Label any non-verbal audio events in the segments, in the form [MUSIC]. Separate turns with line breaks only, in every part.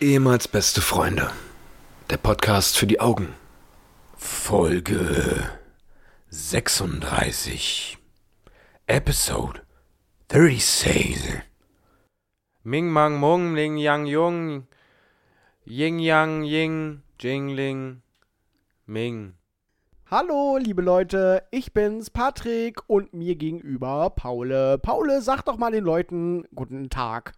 Ehemals beste Freunde. Der Podcast für die Augen.
Folge 36. Episode 36.
Ming Mang Mung, Ling Yang Jung, Ying Yang Ying, Jing Ling, Ming.
Hallo, liebe Leute, ich bin's, Patrick, und mir gegenüber Paule. Paule, sag doch mal den Leuten guten Tag.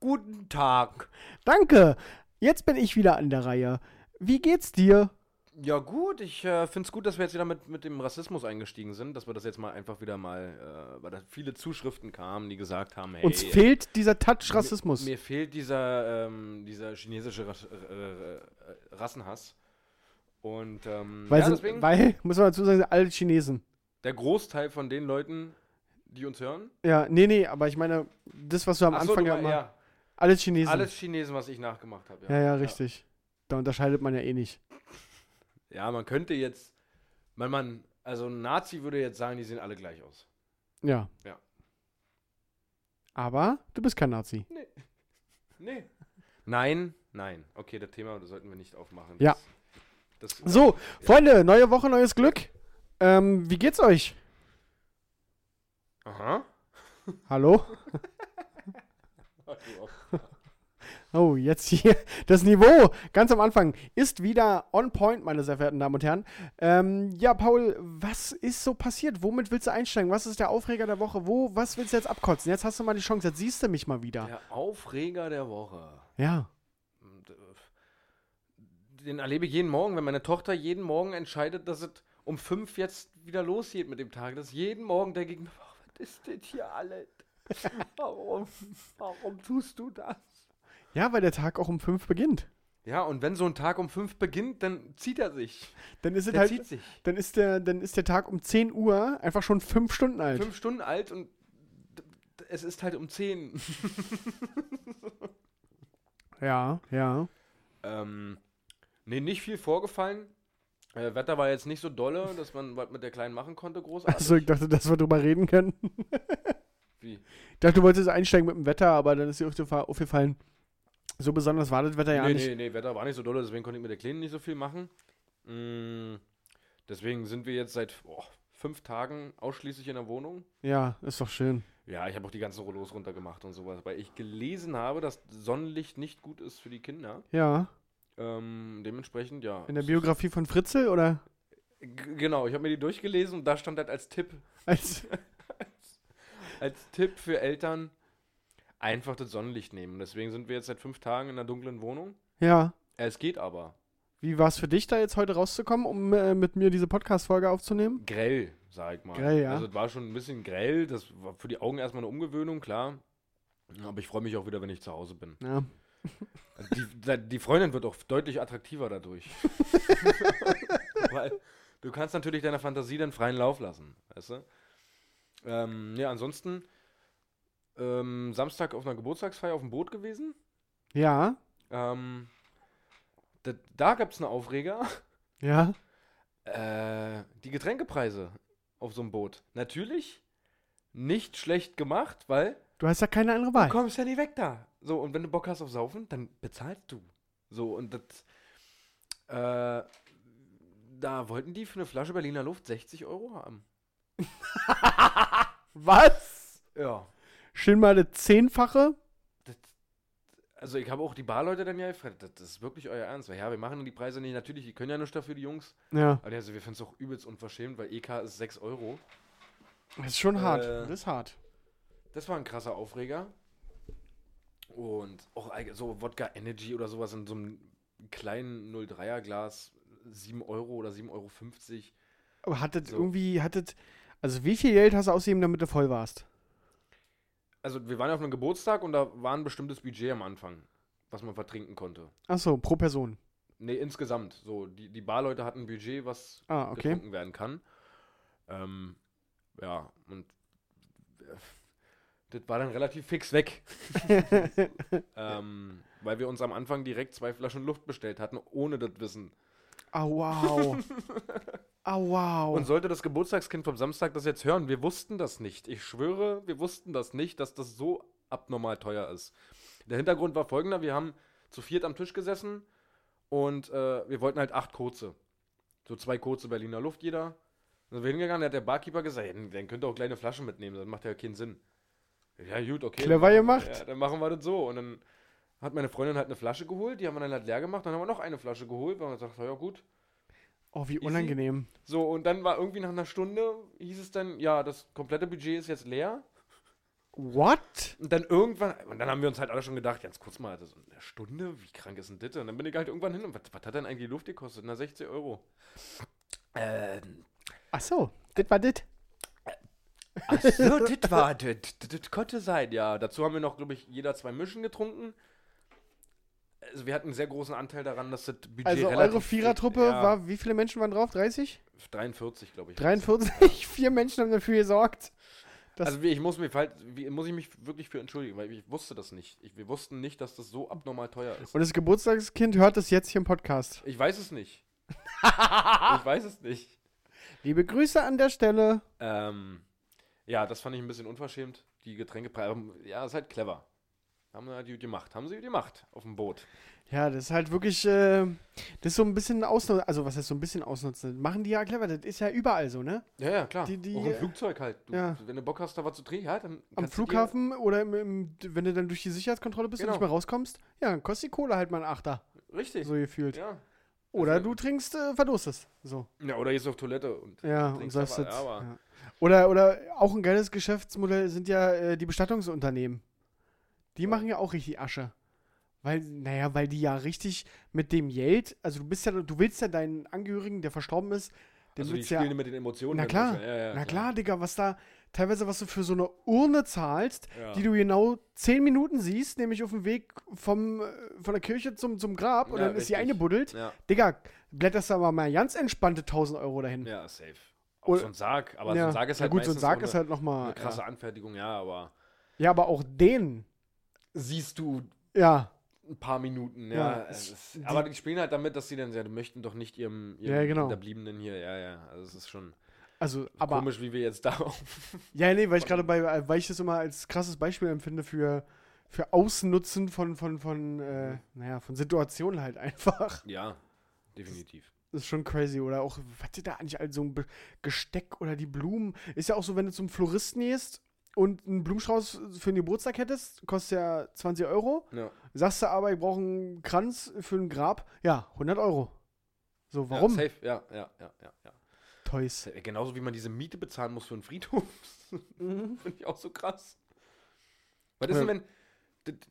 Guten Tag.
Danke, jetzt bin ich wieder an der Reihe. Wie geht's dir?
Ja gut, ich äh, finde es gut, dass wir jetzt wieder mit, mit dem Rassismus eingestiegen sind, dass wir das jetzt mal einfach wieder mal, äh, weil da viele Zuschriften kamen, die gesagt haben, hey,
Uns fehlt dieser Touch Rassismus.
mir fehlt dieser, ähm, dieser chinesische Ras äh, äh, Rassenhass. Und ähm,
weil,
ja,
sind,
deswegen,
weil, [LAUGHS] muss man dazu sagen, sind alle Chinesen.
der Großteil von den Leuten, die uns hören,
Ja, nee, nee, aber ich meine, das, was du am
Ach so,
Anfang
du
ja
mein-
immer. Alles Chinesen.
alles Chinesen, was ich nachgemacht habe.
ja, ja, richtig. Da unterscheidet man ja eh nicht.
Ja, man könnte jetzt, man, man, also ein Nazi würde jetzt sagen, die sehen alle gleich aus.
Ja.
Ja.
Aber du bist kein Nazi.
Nee. Nein, nein. Okay, das Thema das sollten wir nicht aufmachen.
Ja.
Das, das,
So, Freunde, neue Woche, neues Glück. Ähm, wie geht's euch?
aha.
Hallo? Oh, jetzt hier [LAUGHS] das Niveau ganz am Anfang ist wieder on point, meine sehr verehrten Damen und Herren. Ähm, ja, Paul, was ist so passiert? Womit willst du einsteigen? Was ist der Aufreger der Woche? Wo, was willst du jetzt abkotzen? Jetzt hast du mal die Chance, jetzt siehst du mich mal wieder.
Der Aufreger der Woche.
Ja.
Und, äh, Den erlebe ich jeden Morgen, wenn meine Tochter jeden Morgen entscheidet, dass es um fünf jetzt wieder losgeht mit dem Tag. Dass jeden Morgen denke ich mir, "Ach, was ist das hier alles? [LAUGHS] Warum? Warum tust du das?
Ja, weil der Tag auch um fünf beginnt.
Ja, und wenn so ein Tag um fünf beginnt, dann zieht er sich.
Dann ist es
Der
halt.
zieht sich.
Dann ist der, dann ist der Tag um 10 Uhr einfach schon fünf Stunden alt.
Fünf Stunden alt und d- d- es ist halt um zehn. [LAUGHS]
Ja, ja.
ähm, nee, nicht viel vorgefallen. Äh, Wetter war jetzt nicht so dolle, dass man was mit der Kleinen machen konnte, großartig.
Also ich dachte, dass wir drüber reden können.
[LAUGHS] Wie?
Ich dachte, du wolltest einsteigen mit dem Wetter, aber dann ist dir aufgefa- aufgefallen, so besonders war das Wetter ja
nee,
nicht.
nee, nee, Wetter war nicht so dolle, deswegen konnte ich mit der Kleinen nicht so viel machen. Mm, deswegen sind wir jetzt seit boah, fünf Tagen ausschließlich in der Wohnung.
Ja, ist doch schön.
Ja, ich habe auch die ganzen Rollos runtergemacht und sowas, weil ich gelesen habe, dass Sonnenlicht nicht gut ist für die Kinder.
Ja.
Ähm, dementsprechend, ja.
In der Biografie von Fritzl oder
G genau, ich habe mir die durchgelesen und da stand halt als Tipp, [LAUGHS]
als.
als Tipp für Eltern, einfach das Sonnenlicht nehmen. Deswegen sind wir jetzt seit fünf Tagen in einer dunklen Wohnung.
Ja.
Es geht aber.
Wie war es für dich, da jetzt heute rauszukommen, um äh, mit mir diese Podcast-Folge aufzunehmen?
Grell, sag ich mal.
Grell, ja.
Also es war schon ein bisschen grell. Das war für die Augen erstmal eine Umgewöhnung, klar. Aber ich freue mich auch wieder, wenn ich zu Hause bin. Also
Ja.
Die, [LAUGHS] die Freundin wird auch deutlich attraktiver
[LAUGHS]
dadurch. Weil du kannst natürlich deiner Fantasie dann freien Lauf lassen, weißt du? Ähm, ja, ansonsten ähm, Samstag auf einer Geburtstagsfeier auf dem Boot gewesen.
Ja.
Ähm, da da gab es einen Aufreger.
Ja.
Äh, die Getränkepreise auf so einem Boot. Natürlich nicht schlecht gemacht, weil
Du hast ja keine andere
du
Wahl.
kommst ja nie weg da. So, und wenn du Bock hast auf Saufen, dann bezahlst du. So, und das. Äh, da wollten die für eine Flasche Berliner Luft 60 Euro haben.
[LAUGHS] Was?
Ja.
Schön mal eine Zehnfache.
Das, also, ich habe auch die Barleute dann ja gefragt, das ist wirklich euer Ernst. Weil, ja, wir machen die Preise nicht. Natürlich, die können ja nichts dafür, die Jungs.
Ja.
Aber die haben gesagt, wir finden es auch übelst unverschämt, weil EK ist 6 Euro.
Das ist schon hart.
Äh.
Das ist hart.
Das war ein krasser Aufreger. Und auch allge- so Wodka Energy oder sowas in so einem kleinen 03er Glas, 7 Euro oder 7,50 Euro.
Aber hattet
So.
irgendwie, hattet. Also wie viel Geld hast du ausgegeben, damit du voll warst?
Also wir waren ja auf einem Geburtstag und da war ein bestimmtes Budget am Anfang, was man vertrinken konnte.
Achso, pro Person.
Nee, insgesamt. So, die, die Barleute hatten ein Budget, was
Ah, okay.
getrunken werden kann. Ähm, ja, und äh, das war dann relativ fix
[LAUGHS]
weg. ähm, weil wir uns am Anfang direkt zwei Flaschen Luft bestellt hatten, ohne das Wissen. [LAUGHS]
Ah, wow. Ah, wow.
Und sollte das Geburtstagskind vom Samstag das jetzt hören, wir wussten das nicht. Ich schwöre, wir wussten das nicht, dass das so abnormal teuer ist. Der Hintergrund war folgender: Wir haben zu viert am Tisch gesessen und äh, wir wollten halt acht kurze. So zwei kurze Berliner Luft jeder. Dann sind wir hingegangen, da hat der Barkeeper gesagt, "Ja, dann könnt ihr auch kleine Flaschen mitnehmen, das macht ja keinen Sinn. Ja, gut, okay.
Clever gemacht.
Ja, dann machen wir das so. Und dann hat meine Freundin halt eine Flasche geholt, die haben wir dann halt leer gemacht, dann haben wir noch eine Flasche geholt, weil man sagt, ja gut.
Oh, wie unangenehm.
So, und dann war irgendwie nach einer Stunde, hieß es dann, ja, das komplette Budget ist jetzt leer.
What?
Und dann irgendwann, und dann haben wir uns halt alle schon gedacht, ganz kurz mal, das ist eine Stunde, wie krank ist denn das? Und dann bin ich halt irgendwann hin und was, was hat denn eigentlich die Luft gekostet? Na, 60 Euro. Ähm,
Ach so, das war das.
ach
[LAUGHS]
so, das war das. Das konnte sein, ja. Dazu haben wir noch, glaube ich, jeder zwei Mischen getrunken. Also wir hatten einen sehr großen Anteil daran, dass das Budget
Also eure
relativ-
Vierertruppe
ja,
war, wie viele Menschen waren drauf? 30?
43, glaube ich.
43? [LAUGHS] Vier Menschen haben dafür gesorgt. Das-
Also wie- ich muss, mich, halt- wie- muss ich mich wirklich für entschuldigen, weil ich wusste das nicht. Ich, wir wussten nicht, dass das so abnormal teuer ist.
Und das Geburtstagskind hört das jetzt hier im Podcast.
ich weiß es
[LAUGHS]
nicht. ich weiß es nicht.
Liebe Grüße an der Stelle.
Ähm, ja, das fand ich ein bisschen unverschämt. Die Getränkepreise, ja, ist halt clever. Haben sie halt gut gemacht. Haben sie gut gemacht auf dem Boot.
Ja, das ist halt wirklich, äh, das ist so ein bisschen ausnutzen, also was heißt so ein bisschen ausnutzen? Machen die ja clever, das ist ja überall so, ne?
Ja, ja, klar.
Die- die-
Auch im Flugzeug halt. Du,
ja.
Wenn du Bock hast, da was zu drehen, ja, dann
Am
kannst du dir-
Flughafen oder im, im, wenn du dann durch die Sicherheitskontrolle bist und nicht
Genau.
mehr rauskommst, ja, dann kostet die Kohle halt mal einen Achter,
Richtig.
so gefühlt.
ja.
Oder
also-
du trinkst, äh, verdurstest, so.
ja, oder gehst auf Toilette und
Ja, und
trinkst
sagst
aber-
jetzt.
aber-
Ja. Oder, oder auch ein geiles Geschäftsmodell sind ja äh, die Bestattungsunternehmen. Die machen ja auch richtig Asche. Weil, naja, weil die ja richtig mit dem Geld, also du bist ja, du willst ja deinen Angehörigen, der verstorben ist, den
also die
willst du ja.
spielen mit den Emotionen.
Na
dann
klar,
manchmal. ja, ja,
na klar, Digga, was da, teilweise was du für so eine Urne zahlst,
Ja.
die du genau zehn Minuten siehst, nämlich auf dem Weg vom, äh, von der Kirche zum, zum Grab und
Ja,
dann ist die
richtig.
eingebuddelt.
Ja,
Digga, blätterst da aber mal ganz entspannte 1000 Euro dahin.
ja safe. Auch
Oder-
so ein Sarg, aber so ein Sarg ist
ja,
halt
gut, so ein
meistens
Sarg
auch
ist
eine,
halt nochmal.
eine krasse
Ja.
Anfertigung, ja, aber
ja, aber auch den.
siehst du
Ja,
ein paar Minuten,
Ja,
ja.
es-
es ist, aber die spielen halt damit, dass sie dann sagen, die möchten doch nicht ihrem, ihrem
Ja, genau.
Hinterbliebenen hier, ja, ja. Also es ist schon
also, aber.
komisch, wie wir jetzt [LAUGHS] darauf.
Ja, nee, weil ich gerade bei, äh, weil ich das immer als krasses Beispiel empfinde für, für Ausnutzen von, von, von,
Mhm.
äh, naja, von Situationen halt [LAUGHS] einfach.
ja, definitiv.
Das ist schon crazy. Oder auch, was ist da eigentlich, also so ein Be- Gesteck oder die Blumen. Ist ja auch so, wenn du zum Floristen gehst und einen Blumenstrauß für den Geburtstag hättest, kostet ja 20 Euro.
Ja.
Sagst du aber, ich brauche einen Kranz für ein Grab, ja, 100 Euro. So, warum?
Ja, safe, ja, ja, ja, ja, ja.
Toys.
Sa- Genauso wie man diese Miete bezahlen muss für einen Friedhof. [LAUGHS] Finde ich auch so krass. Was ist
Mhm. Ja.
denn, wenn. d- d-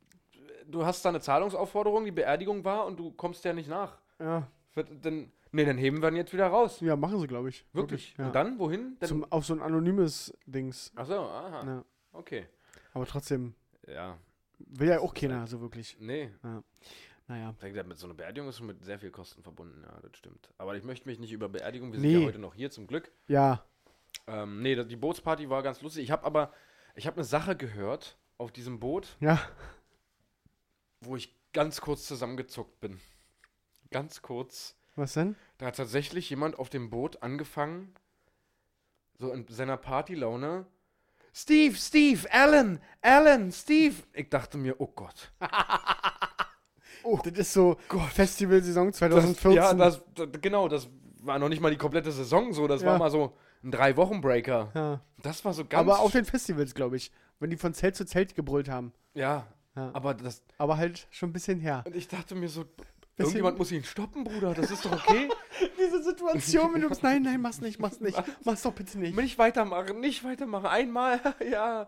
Du hast da eine Zahlungsaufforderung, die Beerdigung war und du kommst ja nicht nach.
Ja,
Was- Dann, nee, dann heben wir ihn jetzt wieder raus.
ja machen sie, glaube ich.
Wirklich.
ja.
Und dann, wohin? Dann, Ah.
Zum, auf so ein anonymes Dings.
achso, aha.
Ja.
Okay.
Aber trotzdem
Ja,
will ja
Das
auch
ist
keiner so wirklich.
nee.
Naja.
Ich denke, mit so einer Beerdigung ist schon mit sehr viel Kosten verbunden, ja, das stimmt. Aber ich möchte mich nicht über Beerdigung, wir sind
Nee.
ja heute noch hier zum Glück.
Ja.
Ähm, nee, das- die Bootsparty war ganz lustig. Ich habe aber, ich habe eine Sache gehört auf diesem Boot,
Ja.
wo ich ganz kurz zusammengezuckt bin. Ganz kurz.
Was denn?
Da hat tatsächlich jemand auf dem Boot angefangen, so in seiner Partylaune. Steve, Steve, Alan, Alan, Steve. Ich dachte mir, oh Gott.
Oh, das ist so Festivalsaison
Das,
2014.
ja, das, das, genau, das war noch nicht mal die komplette Saison so. Das
Ja.
war mal so ein Drei-Wochen-Breaker.
Ja.
Das war so ganz.
Aber auf den Festivals, glaube ich. Wenn die von Zelt zu Zelt gebrüllt haben.
ja,
Ja.
aber das.
Aber halt schon ein bisschen her.
Und ich dachte mir so, irgendjemand muss ihn stoppen, Bruder. Das ist doch
[LAUGHS]
okay.
[LAUGHS] Diese Situation, wenn du bist, nein, nein, mach's nicht, mach's [LAUGHS] nicht. Mach's doch bitte nicht.
nicht weitermachen, nicht weitermachen. Einmal, [LAUGHS] ja.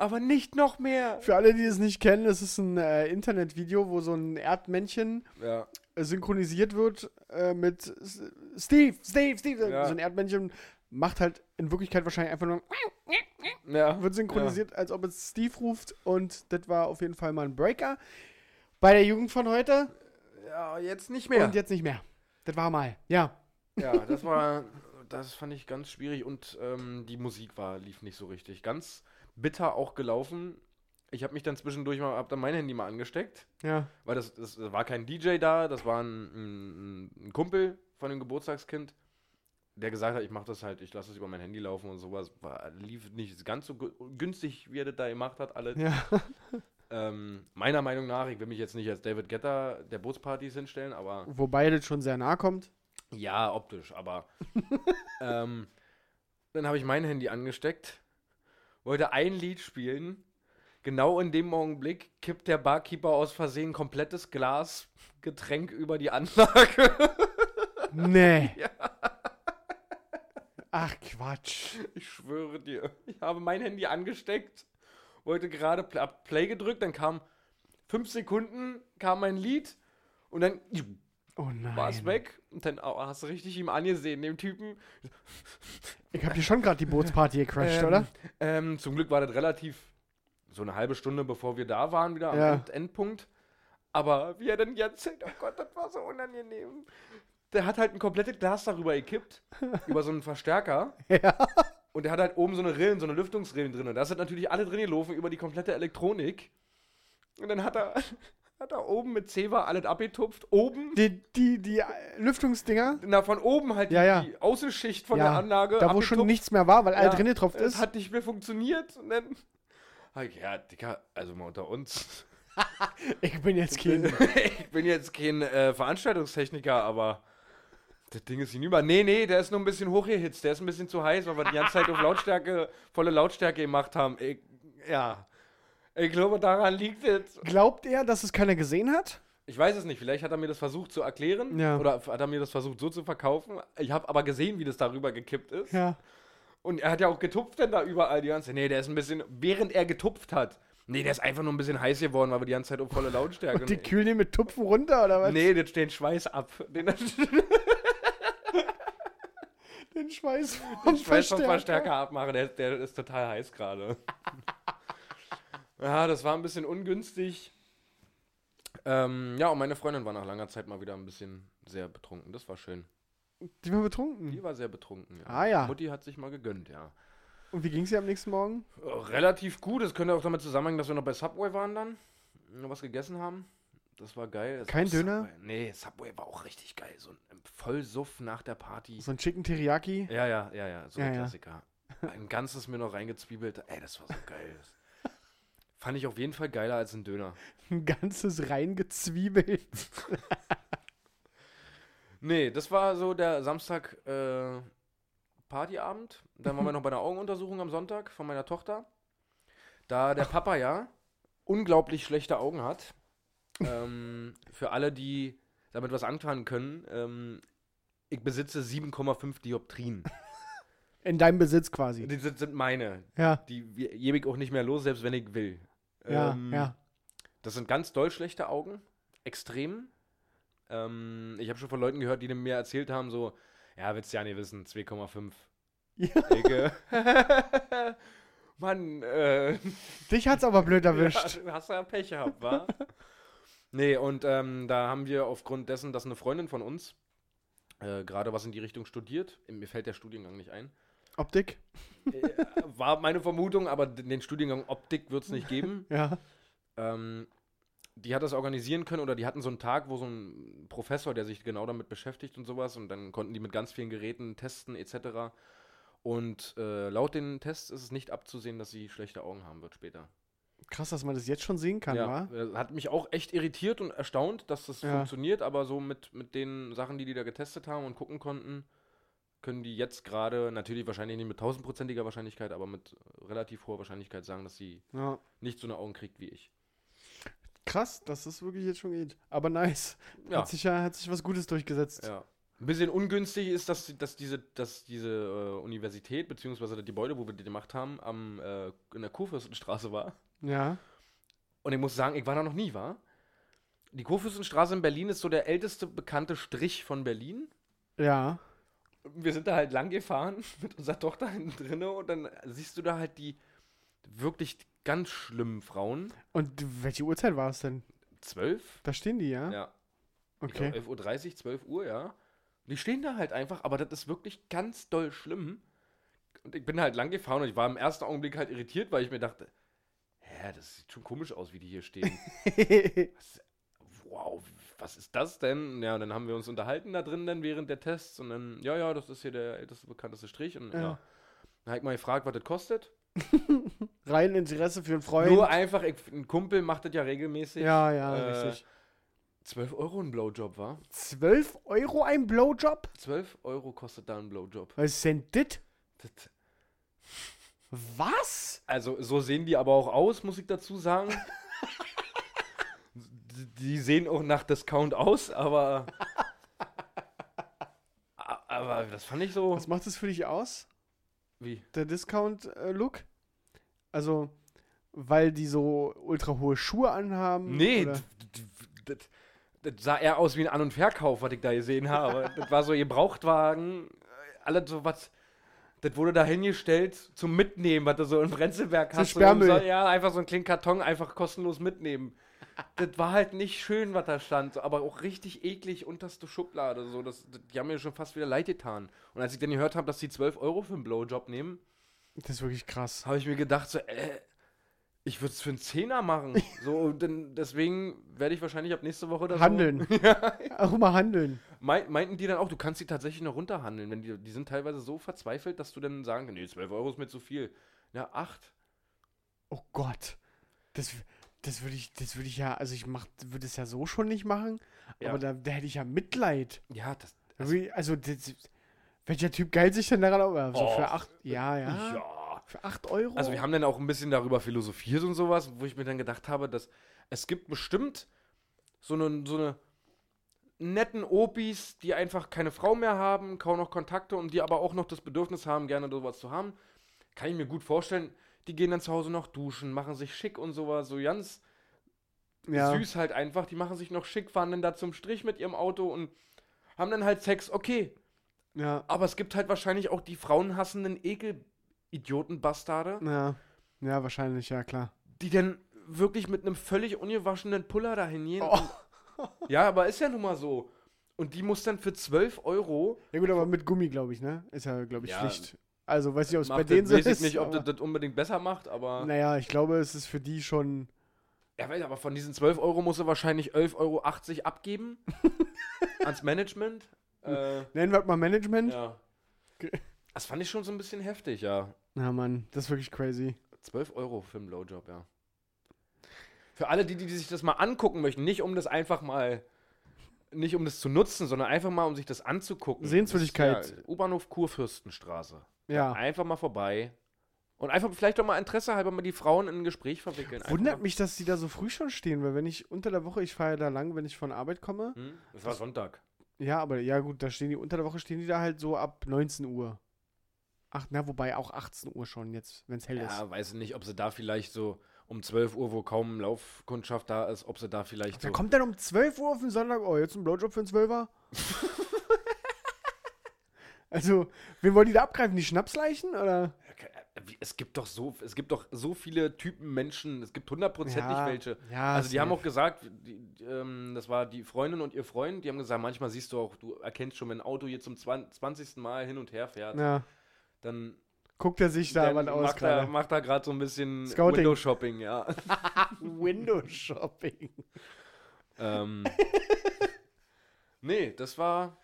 Aber nicht noch mehr.
Für alle, die es nicht kennen, es ist ein äh, Internetvideo, wo so ein Erdmännchen
Ja,
äh, synchronisiert wird äh, mit S- Steve, Steve, Steve.
Ja.
So ein Erdmännchen macht halt in Wirklichkeit wahrscheinlich einfach nur,
ja.
wird synchronisiert, als ob es Steve ruft und das war auf jeden Fall mal ein Breaker bei der Jugend von heute
Ja, jetzt nicht mehr.
und jetzt nicht mehr. Das war mal, ja.
ja, das war. Das fand ich ganz schwierig und ähm, die Musik war, lief nicht so richtig. Ganz bitter auch gelaufen. Ich habe mich dann zwischendurch mal, hab dann mein Handy mal angesteckt.
Ja,
Weil das, das war kein DJ da, das war ein, ein, ein Kumpel von dem Geburtstagskind, der gesagt hat, ich mache das halt, ich lasse das über mein Handy laufen und sowas. War, lief nicht ganz so gü- günstig, wie er das da gemacht hat, alles.
ja.
Ähm, meiner Meinung nach, ich will mich jetzt nicht als David Getter der Bootspartys hinstellen, aber
Wobei das schon sehr nah kommt.
ja, optisch, aber ähm, dann habe ich mein Handy angesteckt, wollte ein Lied spielen. Genau in dem Augenblick kippt der Barkeeper aus Versehen komplettes Glas Getränk über die Anlage. [LAUGHS]
[LAUGHS] Nee. Ach Quatsch.
Ich schwöre dir, ich habe mein Handy angesteckt, wollte gerade Pl hab Play gedrückt, dann kam fünf Sekunden, kam mein Lied und dann
Oh nein.
war es weg. Und dann au, hast du richtig ihm angesehen, dem Typen.
Ich hab dir schon gerade die Bootsparty gecrashed,
Ähm,
oder?
Ähm, zum Glück war das relativ so eine halbe Stunde, bevor wir da waren, wieder am
Ja.
End Endpunkt. Aber wie er dann jetzt erzählt, oh Gott, das war so unangenehm. Der hat halt ein komplettes Glas darüber
[LAUGHS]
gekippt, über so einen Verstärker.
Ja.
Und der hat halt oben so eine Rillen, so eine Lüftungsrillen drin. Und da sind natürlich alle drin gelaufen über die komplette Elektronik. Und dann hat er, [LAUGHS] hat er oben mit Zewa alles abgetupft. Oben,
Die, die, die äh, Lüftungsdinger,
na von oben halt die,
Ja, ja.
die Außenschicht von
Ja,
der Anlage.
da wo schon nichts mehr war, weil
Ja,
alles drin getropft
Es
ist.
hat nicht mehr funktioniert. Und dann, Ah, ja, Dicker, also mal unter uns.
Ich
[LAUGHS]
bin jetzt Kind.
ich bin jetzt kein äh, Veranstaltungstechniker, aber das Ding ist hinüber. Nee, nee, der ist nur ein bisschen hochgehitzt. Der ist ein bisschen zu heiß, weil wir die ganze Zeit auf Lautstärke, volle Lautstärke gemacht haben. Ich, ja. Ich glaube, daran liegt es.
Glaubt er, dass es keiner gesehen hat?
Ich weiß es nicht. Vielleicht hat er mir das versucht zu erklären.
Ja.
Oder hat er mir das versucht so zu verkaufen. Ich habe aber gesehen, wie das darüber gekippt ist.
Ja.
Und er hat ja auch getupft denn da überall die ganze Nee, der ist ein bisschen, während er getupft hat. Nee, der ist einfach nur ein bisschen heiß geworden, weil wir die ganze Zeit auf volle Lautstärke.
Die kühlen den mit Tupfen runter, oder was?
genau. nee, das den Schweiß ab. Den,
Den Schweiß vom
Schweiß vom
Verstärker.
Verstärker abmachen, der, der ist total heiß gerade. ja, das war ein bisschen ungünstig. Ähm, ja, und meine Freundin war nach langer Zeit mal wieder ein bisschen sehr betrunken. Das war schön.
Die war betrunken.
Die war sehr betrunken. Ja.
Ah, ja.
Mutti hat sich mal gegönnt, ja.
Und wie ging's ihr am nächsten Morgen?
Relativ gut. Es könnte auch damit zusammenhängen, dass wir noch bei Subway waren dann. Noch was gegessen haben. Das war geil. Es
Kein
gab
Döner?
Subway. Nee, Subway war auch richtig geil. So ein Vollsuff nach der Party.
So ein Chicken Teriyaki.
Ja, ja, ja, ja. So
Ja,
ein
ja.
Klassiker. Ein ganzes mir noch reingezwiebelt. Ey, das war so
[LAUGHS]
geil. Das Fand ich auf jeden Fall geiler als ein Döner.
Ein ganzes reingezwiebelt.
Nee, das war so der Samstag äh, Partyabend. Dann
[LAUGHS]
waren wir noch bei einer Augenuntersuchung am Sonntag von meiner Tochter. Da der Papa ja unglaublich schlechte Augen
[LAUGHS]
hat. Ähm, für alle, die damit was anfangen können, ähm, ich besitze 7,5
[LAUGHS]
Dioptrien.
[LAUGHS] In deinem Besitz quasi.
Die sind, sind meine.
Ja.
Die we- gebe ich auch nicht mehr los, selbst wenn ich will.
Ja,
Ähm,
ja.
Das sind ganz doll schlechte Augen. Extrem. Ähm, ich habe schon von Leuten gehört, die mir erzählt haben, so, ja, willst du ja nicht wissen, 2,5.
Ja.
Ecke. [LAUGHS] Mann, äh,
Dich hat's
[LAUGHS]
aber blöd erwischt.
ja, du hast ja Pech gehabt, wa? nee, und ähm, da haben wir aufgrund dessen, dass eine Freundin von uns äh, gerade was in die Richtung studiert, äh, mir fällt der Studiengang nicht ein,
Optik?
äh, war meine Vermutung, aber den Studiengang Optik wird es nicht geben.
Ja.
ähm, die hat das organisieren können oder die hatten so einen Tag, wo so ein Professor, der sich genau damit beschäftigt und sowas und dann konnten die mit ganz vielen Geräten testen etc. Und äh, laut den Tests ist es nicht abzusehen, dass sie schlechte Augen haben wird später.
Krass, dass man das jetzt schon sehen kann,
ja,
wa?
äh, hat mich auch echt irritiert und erstaunt, dass das
Ja.
funktioniert, aber so mit, mit den Sachen, die die da getestet haben und gucken konnten, können die jetzt gerade, natürlich wahrscheinlich nicht mit tausendprozentiger Wahrscheinlichkeit, aber mit relativ hoher Wahrscheinlichkeit sagen, dass sie
Ja.
nicht so eine Augen kriegt wie ich.
Krass, dass das wirklich jetzt schon geht. Aber nice.
Ja.
Hat, sich ja, hat sich was Gutes durchgesetzt.
Ja. Ein bisschen ungünstig ist, dass, dass diese, dass diese äh, Universität, beziehungsweise das Gebäude, wo wir die gemacht haben, am, äh, in der Kurfürstenstraße war.
Ja.
Und ich muss sagen, ich war da noch nie, war? Die Kurfürstenstraße in Berlin ist so der älteste bekannte Strich von Berlin.
Ja.
Wir sind da halt lang gefahren [LAUGHS] mit unserer Tochter hinten drinne und dann siehst du da halt die wirklich ganz schlimmen Frauen.
Und welche Uhrzeit war es denn?
Zwölf?
Da stehen die, ja?
Ja.
Okay.
11.30 Uhr, 12 Uhr, ja. Und die stehen da halt einfach, aber das ist wirklich ganz doll schlimm. Und ich bin halt lang gefahren und ich war im ersten Augenblick halt irritiert, weil ich mir dachte, hä, das sieht schon komisch aus, wie die hier stehen.
[LAUGHS]
wow, was ist das denn? Ja, und dann haben wir uns unterhalten da drin dann während der Tests und dann, ja, ja, das ist hier der älteste, bekannteste Strich und ja.
Ja.
Dann habe ich mal gefragt, was das kostet.
Rein Interesse für einen Freund.
Nur einfach, ich, ein Kumpel macht das ja regelmäßig.
ja, ja,
äh,
richtig.
12 Euro ein Blowjob, war?
12 Euro ein Blowjob?
12 Euro kostet da ein Blowjob.
Was ist denn dit?
Das-
Was?
Also, so sehen die aber auch aus, muss ich dazu sagen. [LAUGHS] die die sehen auch nach Discount aus, aber. [LAUGHS] A- Aber das fand ich so.
Was macht das für dich aus,
Wie?
der Discount-Look? Also, weil die so ultra hohe Schuhe anhaben?
Nee,
oder?
d- d- d- das- das sah eher aus wie ein An- und Verkauf, was ich da gesehen
[LAUGHS]
habe. das war so Gebrauchtwagen, äh, alles so was. Das wurde da hingestellt zum Mitnehmen, was du so in Prenzlberg
So
hast. So
Sperrmüll.
so- ja, einfach so einen kleinen Karton einfach kostenlos mitnehmen. das war halt nicht schön, was da stand, so, aber auch richtig eklig unterste Schublade. So, das, das, die haben mir schon fast wieder leid getan. Und als ich dann gehört habe, dass die 12 Euro für einen Blowjob nehmen,
Das ist wirklich krass. [LAUGHS]
habe ich mir gedacht, so, äh, ich würde es für einen Zehner machen. So, und dann, deswegen werde ich wahrscheinlich ab nächste Woche das
Handeln.
So, [LAUGHS] ja.
Auch mal handeln.
Mei- Meinten die dann auch, du kannst die tatsächlich noch runterhandeln. Wenn die, die sind teilweise so verzweifelt, dass du dann sagen, nee, 12 Euro ist mir zu viel. Ja, 8.
Oh Gott. Das, das würde ich, das würde ich ja, also ich mach, würde es ja so schon nicht machen,
Ja.
aber da, da hätte ich ja Mitleid.
Ja, das.
Also, also das, welcher Typ geilt sich denn daran auf? Also
Oh.
für acht, ja, ja,
ja.
Für acht Euro?
Also wir haben dann auch ein bisschen darüber philosophiert und sowas, wo ich mir dann gedacht habe, dass es gibt bestimmt so eine, so eine netten Opis, die einfach keine Frau mehr haben, kaum noch Kontakte und die aber auch noch das Bedürfnis haben, gerne sowas zu haben. Kann ich mir gut vorstellen, die gehen dann zu Hause noch duschen, machen sich schick und sowas, so ganz
ja.
süß halt einfach. Die machen sich noch schick, fahren dann da zum Strich mit ihrem Auto und haben dann halt Sex, okay.
Ja,
Aber es gibt halt wahrscheinlich auch die frauenhassenden Ekel-Idioten-Bastarde,
ja. Ja, wahrscheinlich, ja, klar.
die dann wirklich mit einem völlig ungewaschenen Puller dahin gehen.
Oh.
Ja, aber ist ja nun mal so. Und die muss dann für 12 Euro.
Ja, gut, aber mit Gummi, glaube ich, ne? Ist ja, glaube ich,
Ja.
Pflicht. Also, weiß nicht, ob es bei
macht
denen
das-
so
weiß
ist.
ich nicht, ob
aber,
das, das unbedingt besser macht, aber.
naja, ich glaube, es ist für die schon.
Ja, weil, aber von diesen 12 Euro muss er wahrscheinlich 11,80 Euro
[LAUGHS]
abgeben. ans Management. Äh,
Nennen wir es mal Management. Ja.
ja.
Okay.
Das fand ich schon so ein bisschen heftig, ja.
Na, Mann, das ist wirklich crazy.
12 Euro für einen Blowjob, ja. Für alle, die, die, die sich das mal angucken möchten, nicht um das einfach mal, nicht um das zu nutzen, sondern einfach mal, um sich das anzugucken.
Sehenswürdigkeit.
Das ist Ja, U-Bahnhof Kurfürstenstraße.
Ja.
Einfach mal vorbei. Und einfach vielleicht doch mal Interesse halber mal die Frauen in ein Gespräch verwickeln. Einfach
Wundert
mal-
mich, dass die da so früh schon stehen, weil wenn ich unter der Woche, ich fahre ja da lang, wenn ich von Arbeit komme.
Hm? Das war Sonntag.
Ja, aber ja, gut, da stehen die unter der Woche, stehen die da halt so ab 19 Uhr. Ach, na, wobei auch 18 Uhr schon jetzt, wenn es hell ist.
Ja, weiß nicht, ob sie da vielleicht so um 12 Uhr, wo kaum Laufkundschaft da ist, ob sie da vielleicht
Wer
so.
kommt denn um 12 Uhr auf den Sonntag? Oh, jetzt ein Blowjob für
[LAUGHS]
einen Zwölfer? also, wen wollen die da abgreifen? Die Schnapsleichen? Oder?
Äh, Es gibt doch so, es gibt doch so viele Typen Menschen, es gibt hundertprozentig
Ja,
welche.
ja,
also die
safe.
haben auch gesagt, die, die, ähm, das war die Freundin und ihr Freund, die haben gesagt, manchmal siehst du auch, du erkennst schon, wenn ein Auto hier zum 20. 20. Mal hin und her fährt,
Ja,
dann,
guckt er sich da
dann
was aus
macht er,
gerade.
macht er gerade so ein bisschen
Scouting.
Window-Shopping, ja.
Windows-Shopping. [LAUGHS]
ähm, nee, das war.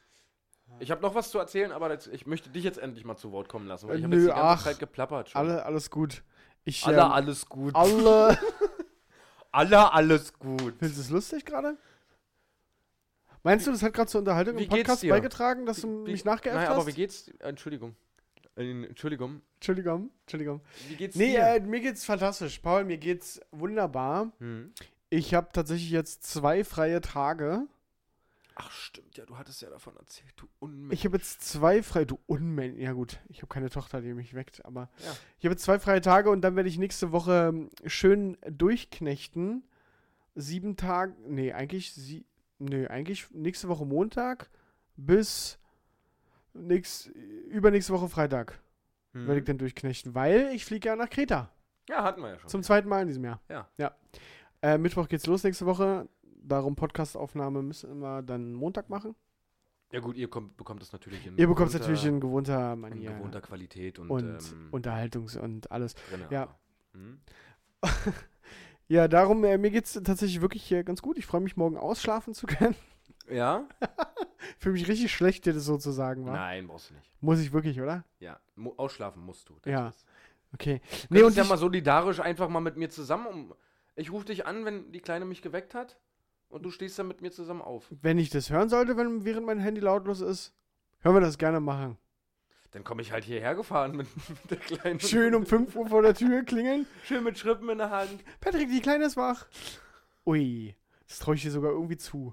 Ich habe noch was zu erzählen, aber jetzt, ich möchte dich jetzt endlich mal zu Wort kommen lassen, weil ich habe
Äh, Nö,
jetzt die ganze
ach.
Zeit geplappert schon.
Alle, alles gut. Ich,
alle
ähm,
alles gut.
alle. [LAUGHS]
Alle alles gut.
Findest du es lustig gerade? Meinst du, das hat gerade zur Unterhaltung
Wie
im
geht's
Podcast
dir?
beigetragen, dass du
Wie-
mich nachgeäfft
Nein,
hast?
aber wie geht's? Entschuldigung. Äh, Entschuldigung.
Entschuldigung, Entschuldigung.
Wie geht's
Nee,
dir?
äh, mir geht's fantastisch. Paul, mir geht's wunderbar.
Hm.
Ich habe tatsächlich jetzt zwei freie Tage.
Ach stimmt, ja, du hattest ja davon erzählt, du Unmensch.
Ich habe jetzt zwei freie, du Unmensch. Ja gut, ich habe keine Tochter, die mich weckt, aber
Ja.
ich habe jetzt zwei freie Tage und dann werde ich nächste Woche ähm, schön durchknechten. Sieben Tage, nee, eigentlich sie, nee, eigentlich nächste Woche Montag bis nix, übernächste Woche Freitag
Hm.
werde ich dann durchknechten, weil ich fliege ja nach Kreta.
Ja, hatten wir ja schon.
Zum zweiten Mal in diesem Jahr.
Ja.
ja. Äh, Mittwoch geht's los nächste Woche. Darum Podcastaufnahme müssen wir dann Montag machen.
Ja gut, ihr kommt, bekommt das natürlich in
Ihr bekommt es
Mhm. gewohnter-
natürlich in gewohnter
in
Manier.
gewohnter Qualität und,
und
ähm,
Unterhaltungs- und alles.
drinne,
ja.
aber. Hm?
Ja, darum, äh, mir geht's tatsächlich wirklich äh, ganz gut. Ich freue mich, morgen ausschlafen zu [LAUGHS] können.
Ja?
Fühle mich richtig schlecht, dir das so zu sagen war.
Nein, brauchst du nicht.
Muss ich wirklich, oder?
Ja, mu ausschlafen musst du. das
Ja.
ist-
Okay.
Nee,
Nee,
und
und
ja
ich-
mal solidarisch einfach mal mit mir zusammen. Um ich rufe dich an, wenn die Kleine mich geweckt hat und du stehst dann mit mir zusammen auf.
Wenn ich das hören sollte, wenn, während mein Handy lautlos ist, können wir das gerne machen.
Dann komme ich halt hierher gefahren mit, [LAUGHS] mit der Kleinen.
Schön um 5 Uhr vor der Tür klingeln.
Schön mit Schrippen in der Hand.
Patrick, die Kleine ist wach. Ui, das traue ich dir sogar irgendwie zu.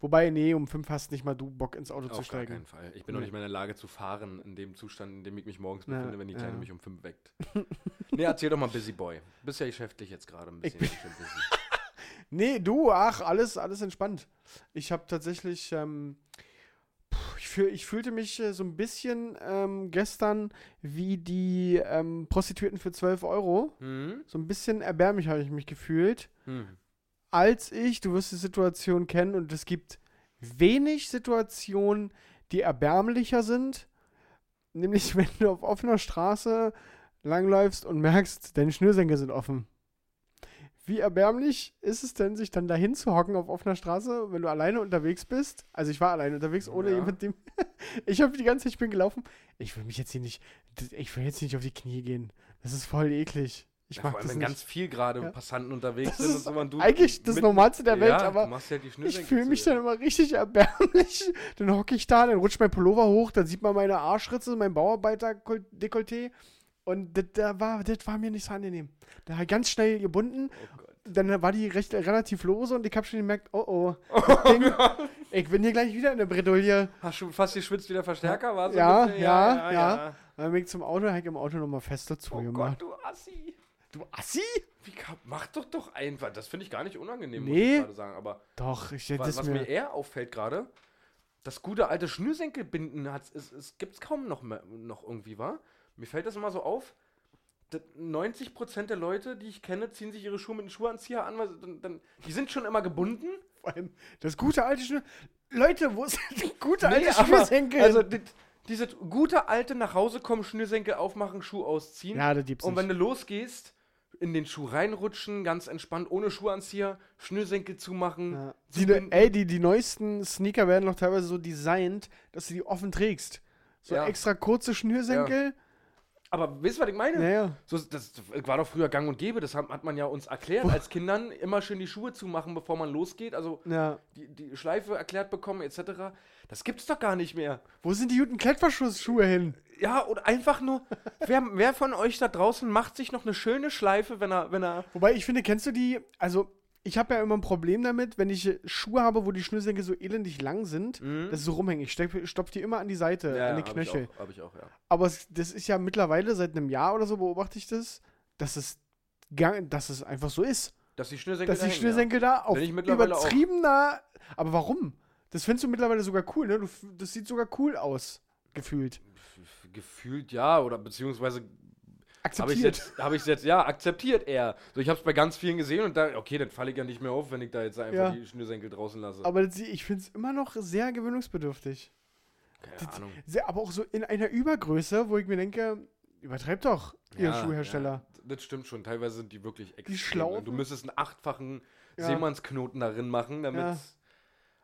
Wobei, nee, um 5 hast nicht mal du Bock ins Auto zu
Auf gar keinen
steigen.
Fall. Ich bin noch
Nee.
nicht mehr in der Lage zu fahren, in dem Zustand, in dem ich mich morgens
Na,
befinde, wenn die Kleine
ja.
mich um fünf weckt. nee, erzähl doch mal, Busy Boy. Bist ja geschäftlich jetzt gerade ein bisschen. Ich bin busy.
[LAUGHS] Nee, du, ach, alles, alles entspannt. Ich habe tatsächlich, ähm, puh, ich, fühl, ich fühlte mich äh, so ein bisschen ähm, gestern wie die ähm, Prostituierten für 12 Euro.
Hm?
So ein bisschen erbärmlich habe ich mich gefühlt.
Hm.
als ich, du wirst die Situation kennen und es gibt wenig Situationen, die erbärmlicher sind. Nämlich, [LAUGHS] wenn du auf offener Straße langläufst und merkst, deine Schnürsenkel sind offen. Wie erbärmlich ist es denn, sich dann dahin zu hocken auf offener Straße, wenn du alleine unterwegs bist? Also ich war alleine unterwegs, ohne
Ja.
jemandem. [LAUGHS] Ich habe die ganze Zeit, ich bin gelaufen. Ich will mich jetzt hier nicht, ich will jetzt nicht auf die Knie gehen. Das ist voll eklig. Ich
Ja,
mag
vor allem,
das
wenn
nicht.
ganz viel gerade
Ja.
Passanten unterwegs
Das
sind und
ist
so. Und du
eigentlich das
mitten-
Normalste der Welt,
ja,
aber
du machst ja die
Ich
Schnürsenkel
fühle
zu
mich
dir.
dann immer richtig erbärmlich. [LAUGHS] Dann hocke ich da, dann rutscht mein Pullover hoch, dann sieht man meine Arschritze, mein Bauarbeiter-Dekolleté. Und das, da war, das war mir nicht so angenehm. Da habe ich ganz schnell gebunden.
Oh Gott.
Dann war die recht, relativ lose und ich habe schon gemerkt, oh oh,
[LAUGHS] Oh
Ding.
Gott.
ich bin hier gleich wieder in der Bredouille.
Hast du fast geschwitzt wie der Verstärker? War so
Ja,
ein bisschen-
ja, Dann bin ich zum Auto, habe ich im Auto nochmal fest dazu
Oh
gemacht.
Gott, du Assi.
Du Assi?
Wie, ka- mach doch doch einfach. Das finde ich gar nicht unangenehm, muss
Nee.
ich gerade sagen. Aber
Doch, ich
wa-
hätte
was,
es
mir, eh
mir.
eher auffällt gerade, das gute alte Schnürsenkelbinden hat es, es gibt's kaum noch, mehr, noch irgendwie, wa? Mir fällt das immer so auf. dass 90% der Leute, die ich kenne, ziehen sich ihre Schuhe mit einem Schuhanzieher an, weil sie dann, dann, die sind schon immer gebunden.
Vor allem das gute alte Schnür. Leute, wo ist das gute
Nee,
alte
aber-
Schnürsenkel?
Also dit- diese gute alte nach Hause kommen, Schnürsenkel aufmachen, Schuh ausziehen.
ja, das gibt's
Und
nicht.
wenn du losgehst, in den Schuh reinrutschen, ganz entspannt, ohne Schuhanzieher, Schnürsenkel zumachen.
Ja. Die, ne,
zubinden.
ey, die, die neuesten Sneaker werden noch teilweise so designt, dass du die offen trägst. So
Ja.
extra kurze Schnürsenkel.
Aber weißt du, was ich meine?
Naja.
So, das war doch früher gang und gäbe, das hat, hat man ja uns erklärt als Kindern, immer schön die Schuhe zumachen, bevor man losgeht, also
Ja.
die, die Schleife erklärt bekommen, etc. Das gibt's doch gar nicht mehr.
Wo sind die guten Klettverschlussschuhe hin?
Ja, und einfach nur,
[LAUGHS]
wer, wer von euch da draußen macht sich noch eine schöne Schleife, wenn er, wenn er
Wobei, ich finde, kennst du die? Also, ich habe ja immer ein Problem damit, wenn ich äh, Schuhe habe, wo die Schnürsenkel so elendig lang sind, dass sie so rumhängen. Ich steck- stopf die immer an die Seite, an die Äh, Knöchel.
Mhm. Hab ich auch, hab ich auch, ja.
Aber es, das ist ja mittlerweile, seit einem Jahr oder so beobachte ich das, dass es, gar- dass es einfach so ist.
Dass die Schnürsenkel
dass
da
die
hängen, ja.
Schnürsenkel da auf
Bin ich mittlerweile auch.
übertriebener. Aber warum? Das findest du mittlerweile sogar cool, ne? Du, f- das sieht sogar cool aus, gefühlt.
F- Gefühlt ja, oder beziehungsweise Habe ich
Akzeptiert.
jetzt, habe ich jetzt, ja, akzeptiert er. So, ich habe es bei ganz vielen gesehen und da, okay, dann falle ich ja nicht mehr auf, wenn ich da jetzt einfach
Ja.
die Schnürsenkel draußen lasse.
Aber das, ich finde es immer noch sehr gewöhnungsbedürftig.
Keine Ahnung.
Sehr, aber auch so in einer Übergröße, wo ich mir denke, übertreibt doch, ihr
Ja,
Schuhhersteller.
Ja, das stimmt schon. Teilweise sind die wirklich extrem.
Schlaufen.
Und Du müsstest einen achtfachen
Ja.
Seemannsknoten darin machen, damit.
Ja.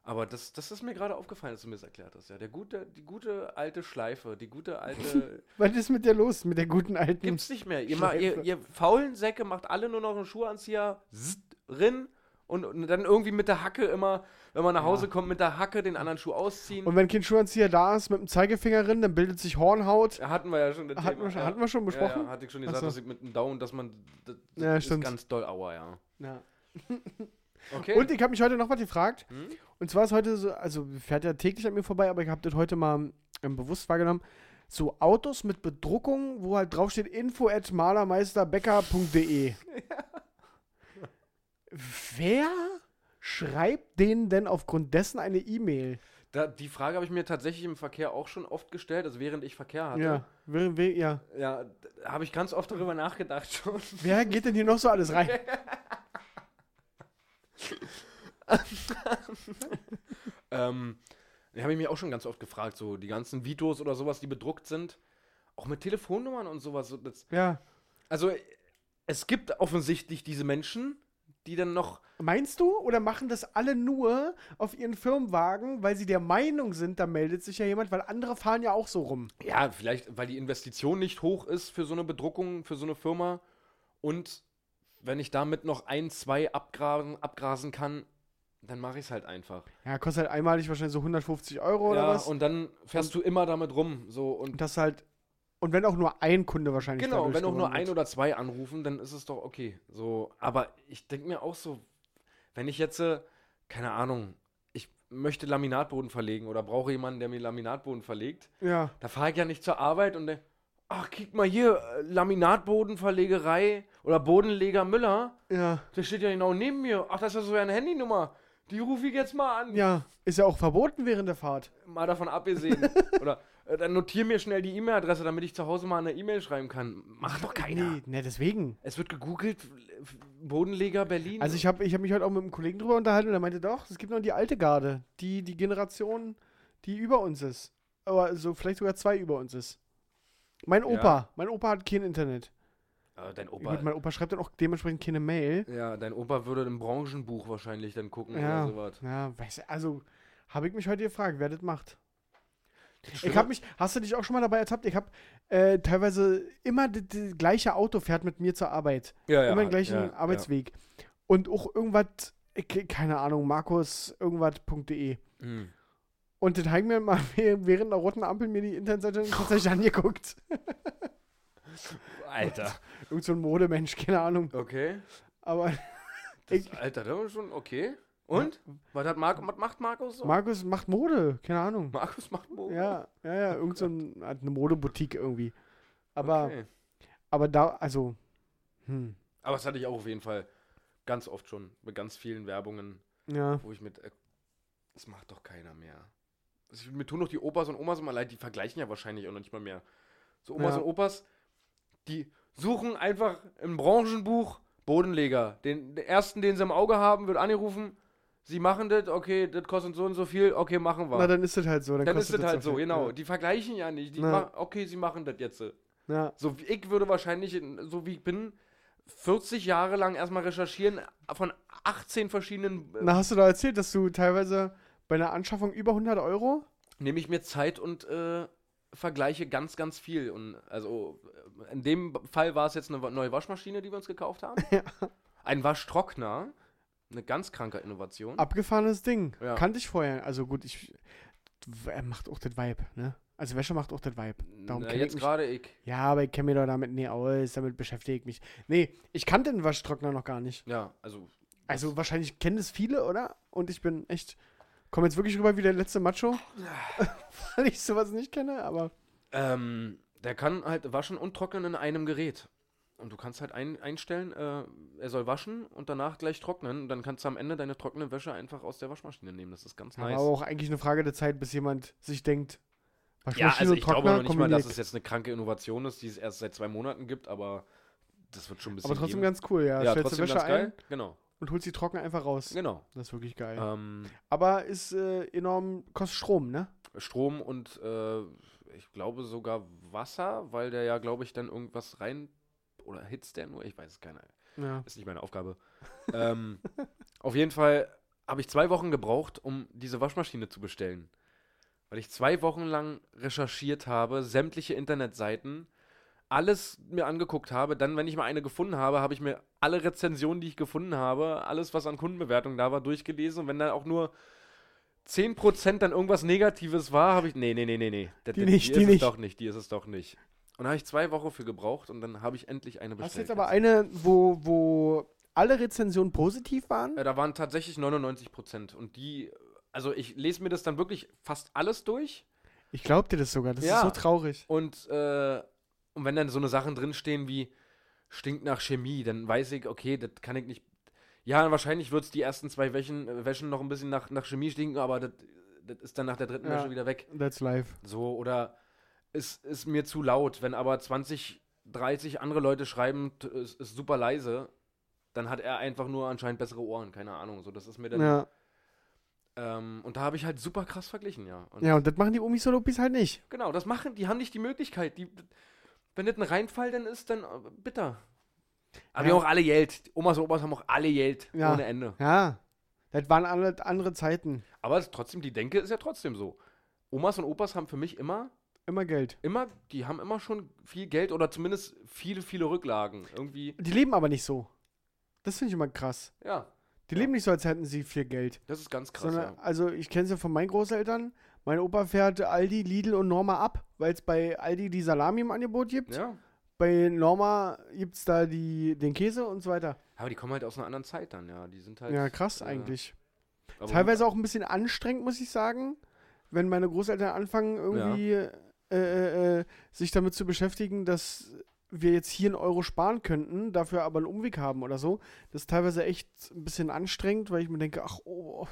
Aber das, das ist mir gerade aufgefallen, dass du mir das erklärt hast. Ja, der gute, die gute alte Schleife, die gute
[LAUGHS]
alte.
Was ist mit dir los, mit der guten alten?
gibt's nicht mehr. Ihr, ma- ihr,
Schleife.
ihr faulen Säcke macht alle nur noch einen Schuhanzieher zzzt, rin und, und dann irgendwie mit der Hacke immer, wenn man nach Hause kommt, mit der Hacke den anderen Schuh ausziehen.
Und wenn kein Schuhanzieher da ist, mit dem Zeigefinger drin, dann bildet sich Hornhaut.
Ja, Hatten wir ja schon. das
Hatten wir schon- hatten wir schon
Ja,
besprochen?
ja, hatte ich schon
Ach
gesagt,
so.
dass ich mit dem Down, dass man. Das, das
Ja,
ist
stimmt.
ganz doll Aua, ja.
Ja.
Okay.
Und ich habe mich heute noch was gefragt.
Hm?
Und zwar ist heute so, also fährt ja täglich an mir vorbei, aber ich habe das heute mal ähm, bewusst wahrgenommen. So Autos mit Bedruckung, wo halt draufsteht info at
[LAUGHS]
malermeisterbäcker.de. Wer schreibt denen denn aufgrund dessen eine E-Mail?
da, die Frage habe ich mir tatsächlich im Verkehr auch schon oft gestellt, also während ich Verkehr hatte.
Ja, wer, wer, ja.
Ja, d- habe ich ganz oft darüber nachgedacht [LAUGHS] schon.
wer geht denn hier noch so
[LAUGHS]
alles rein?
ähm, da habe ich mich auch schon ganz oft gefragt, so die ganzen Vitos oder sowas, die bedruckt sind. Auch mit Telefonnummern und sowas. so Das,
Ja,
also, es gibt offensichtlich diese Menschen, die dann noch.
Meinst du? Oder machen das alle nur auf ihren Firmenwagen, weil sie der Meinung sind, da meldet sich ja jemand, weil andere fahren ja auch so rum.
Ja, vielleicht, weil die Investition nicht hoch ist für so eine Bedruckung, für so eine Firma. Und wenn ich damit noch ein, zwei abgrasen, abgrasen kann, dann mache ich es halt einfach.
Ja, kostet halt einmalig wahrscheinlich so 150 Euro oder
ja,
was.
und dann fährst du immer damit rum. So, und
Und das halt. Und wenn auch nur ein Kunde wahrscheinlich.
Genau, und
dadurch
wenn auch nur
gewonnen
ein
wird.
oder zwei anrufen, dann ist es doch okay. So, aber ich denke mir auch so, wenn ich jetzt, äh, keine Ahnung, ich möchte Laminatboden verlegen oder brauche jemanden, der mir Laminatboden verlegt,
Ja.
da fahre ich ja nicht zur Arbeit und denk, ach, kick mal hier, äh, Laminatbodenverlegerei oder Bodenleger Müller,
Ja.
der steht ja genau neben mir. Ach, das ist ja so eine Handynummer. Die rufe ich jetzt mal an.
Ja. Ist ja auch verboten während der Fahrt.
Mal davon
[LAUGHS]
abgesehen. oder äh, dann notiere mir schnell die E-Mail-Adresse, damit ich zu Hause mal eine E-Mail schreiben kann. Macht doch keiner.
Nee, ne, deswegen.
Es wird gegoogelt, F- Bodenleger Berlin.
Also ich habe ich hab mich heute auch mit einem Kollegen drüber unterhalten und er meinte doch, es gibt noch die alte Garde, die die Generation, die über uns ist. Aber so vielleicht sogar zwei über uns ist. Mein Opa, mein Opa hat kein Internet.
Ah, dein Opa.
Gut, mein Opa schreibt dann auch dementsprechend keine Mail.
ja, dein Opa würde im Branchenbuch wahrscheinlich dann gucken
Ja.
oder sowas.
Ja, weiß, also habe ich mich heute gefragt, wer das macht. Ich
Schlimme-
habe mich, hast du dich auch schon mal dabei ertappt? Ich habe äh, teilweise immer das das gleiche Auto fährt mit mir zur Arbeit.
ja,
immer den gleichen
ja,
Arbeitsweg. Und auch irgendwas, ich- keine Ahnung, Markus, irgendwas.de.
Ja. Hm.
Und den haben mir mal [LAUGHS] während der roten Ampel mir
[LAUGHS]
die Internetseite tatsächlich angeguckt.
Alter.
Irgend so ein Modemensch, keine Ahnung.
Okay.
Aber
Das,
Ich-
Alter, das ist schon okay. Und? Was, hat Marco, was macht Markus so?
Markus macht Mode, keine Ahnung.
Markus macht Bogen.
Ja, ja, ja, irgend so ein, hat eine Modeboutique irgendwie. Aber,
Okay.
aber da, also, hm,
Aber das hatte ich auch auf jeden Fall ganz oft schon mit ganz vielen Werbungen,
ja.
wo ich mit. Äh, das macht doch keiner mehr. Also, mir tun doch die Opas und Omas immer leid, die vergleichen ja wahrscheinlich auch noch nicht mal mehr. So Omas
Ja.
und Opas, die suchen einfach im Branchenbuch Bodenleger. Den, den ersten, den sie im Auge haben, wird angerufen. Sie machen das, okay, das kostet so und so viel, okay, machen wir.
Na,
dann
dann ist das halt so. Dann,
ist
kostet
das halt
so
so,
viel.
genau. Die vergleichen ja nicht. Die
Na.
ma- okay, sie machen das jetzt.
Ja. ja.
So wie ich würde wahrscheinlich, in- so wie ich bin, 40 Jahre lang erstmal recherchieren von 18 verschiedenen. Äh,
Na, hast du da erzählt, dass du teilweise bei einer Anschaffung über 100 Euro?
Nehme ich mir Zeit und äh, vergleiche ganz, ganz viel. Und also äh, in dem Fall war es jetzt eine wa- neue Waschmaschine, die wir uns gekauft haben.
[LAUGHS] Ja.
Ein Waschtrockner. Eine ganz kranke Innovation.
Abgefahrenes Ding.
Ja.
Kannte ich vorher. Also gut, ich. Er macht auch das Vibe, ne? Also Wäsche macht auch das Vibe. Darum
Na,
kenn ich
jetzt
mich
gerade ich.
Ja, aber ich kenne mich doch damit nie aus, damit beschäftige ich mich. Nee, ich kannte den Waschtrockner noch gar nicht.
Ja, also
Also wahrscheinlich kennen es viele, oder? Und ich bin echt, komme jetzt wirklich rüber wie der letzte
Oh,
Macho, [LAUGHS] weil ich sowas nicht kenne, aber
Ähm, der kann halt waschen und trocknen in einem Gerät. Und du kannst halt ein, einstellen, äh, er soll waschen und danach gleich trocknen. Und dann kannst du am Ende deine trockene Wäsche einfach aus der Waschmaschine nehmen. Das ist ganz
war
nice.
auch eigentlich eine Frage der Zeit, bis jemand sich denkt,
ja,
Waschmaschine
also ich glaube noch nicht mal, dass es
kombiniert.
jetzt eine kranke Innovation ist, die es erst seit zwei Monaten gibt, aber das wird schon ein bisschen.
Aber trotzdem
geben.
ganz cool, ja.
ja,
Stellst du
trotzdem
Wäsche
ganz geil.
ein
Genau,
und holst sie trocken einfach raus.
genau.
Das ist wirklich geil.
Ähm,
Aber ist äh, enorm, kostet Strom, ne?
Strom und äh, ich glaube sogar Wasser, weil der ja, glaube ich, dann irgendwas rein. Oder hitzt der nur? Ich weiß es keiner.
Ja.
Ist nicht meine Aufgabe. ähm, [LAUGHS] auf jeden Fall habe ich zwei Wochen gebraucht, um diese Waschmaschine zu bestellen. Weil ich zwei Wochen lang recherchiert habe, sämtliche Internetseiten, alles mir angeguckt habe. Dann, wenn ich mal eine gefunden habe, habe ich mir alle Rezensionen, die ich gefunden habe, alles, was an Kundenbewertungen da war, durchgelesen. Und wenn da auch nur 10% dann irgendwas Negatives war, habe ich. Nee, nee, nee, nee, nee.
Die
die
nicht,
ist
die
es
nicht.
doch nicht, die ist es doch nicht. Und da habe ich zwei Wochen für gebraucht und dann habe ich endlich eine bestellt.
Hast du jetzt aber eine, wo, wo alle Rezensionen positiv waren?
Äh, Da waren tatsächlich 99 Prozent. Und die, also ich lese mir das dann wirklich fast alles durch.
Ich glaub dir das sogar, das
Ja.
ist so traurig.
Und, äh, und wenn dann so eine Sachen drinstehen wie stinkt nach Chemie, dann weiß ich, okay, das kann ich nicht. Ja, wahrscheinlich wird es die ersten zwei Wäschen, äh, Wäschen noch ein bisschen nach, nach Chemie stinken, aber das das ist dann nach der dritten
Ja.
Wäsche wieder weg.
That's life.
So, oder es ist mir zu laut. Wenn aber 20, 30 andere Leute schreiben, t- es ist super leise, dann hat er einfach nur anscheinend bessere Ohren. Keine Ahnung. So, das ist mir dann.
Ja.
Ähm, und da habe ich halt super krass verglichen, ja. Und
ja, und das machen die Omis und Opis halt nicht.
Genau, das machen, die haben nicht die Möglichkeit. Die, wenn das ein Reinfall dann ist, dann äh, bitter. Aber die haben auch alle Geld. Omas und Opas haben auch alle Geld.
Ja.
Ohne Ende.
Ja, das waren alle andere Zeiten.
Aber es ist trotzdem, die Denke ist ja trotzdem so. Omas und Opas haben für mich immer,
Immer Geld.
immer, die haben immer schon viel Geld oder zumindest viele, viele Rücklagen. Irgendwie,
Die leben aber nicht so. Das finde ich immer krass.
ja,
Die
Ja.
leben nicht so, als hätten sie viel Geld.
das ist ganz krass.
sondern,
ja.
also ich kenne es ja von meinen Großeltern. Mein Opa fährt Aldi, Lidl und Norma ab, weil es bei Aldi die Salami im Angebot gibt.
ja.
Bei Norma gibt es da die, den Käse und so weiter.
Aber die kommen halt aus einer anderen Zeit dann, ja. Die sind halt.
Ja, krass
äh,
eigentlich.
aber-
Teilweise auch ein bisschen anstrengend, muss ich sagen, wenn meine Großeltern anfangen, irgendwie äh, äh, äh, sich damit zu beschäftigen, dass wir jetzt hier einen Euro sparen könnten, dafür aber einen Umweg haben oder so. Das ist teilweise echt ein bisschen anstrengend, weil ich mir denke, ach, oh,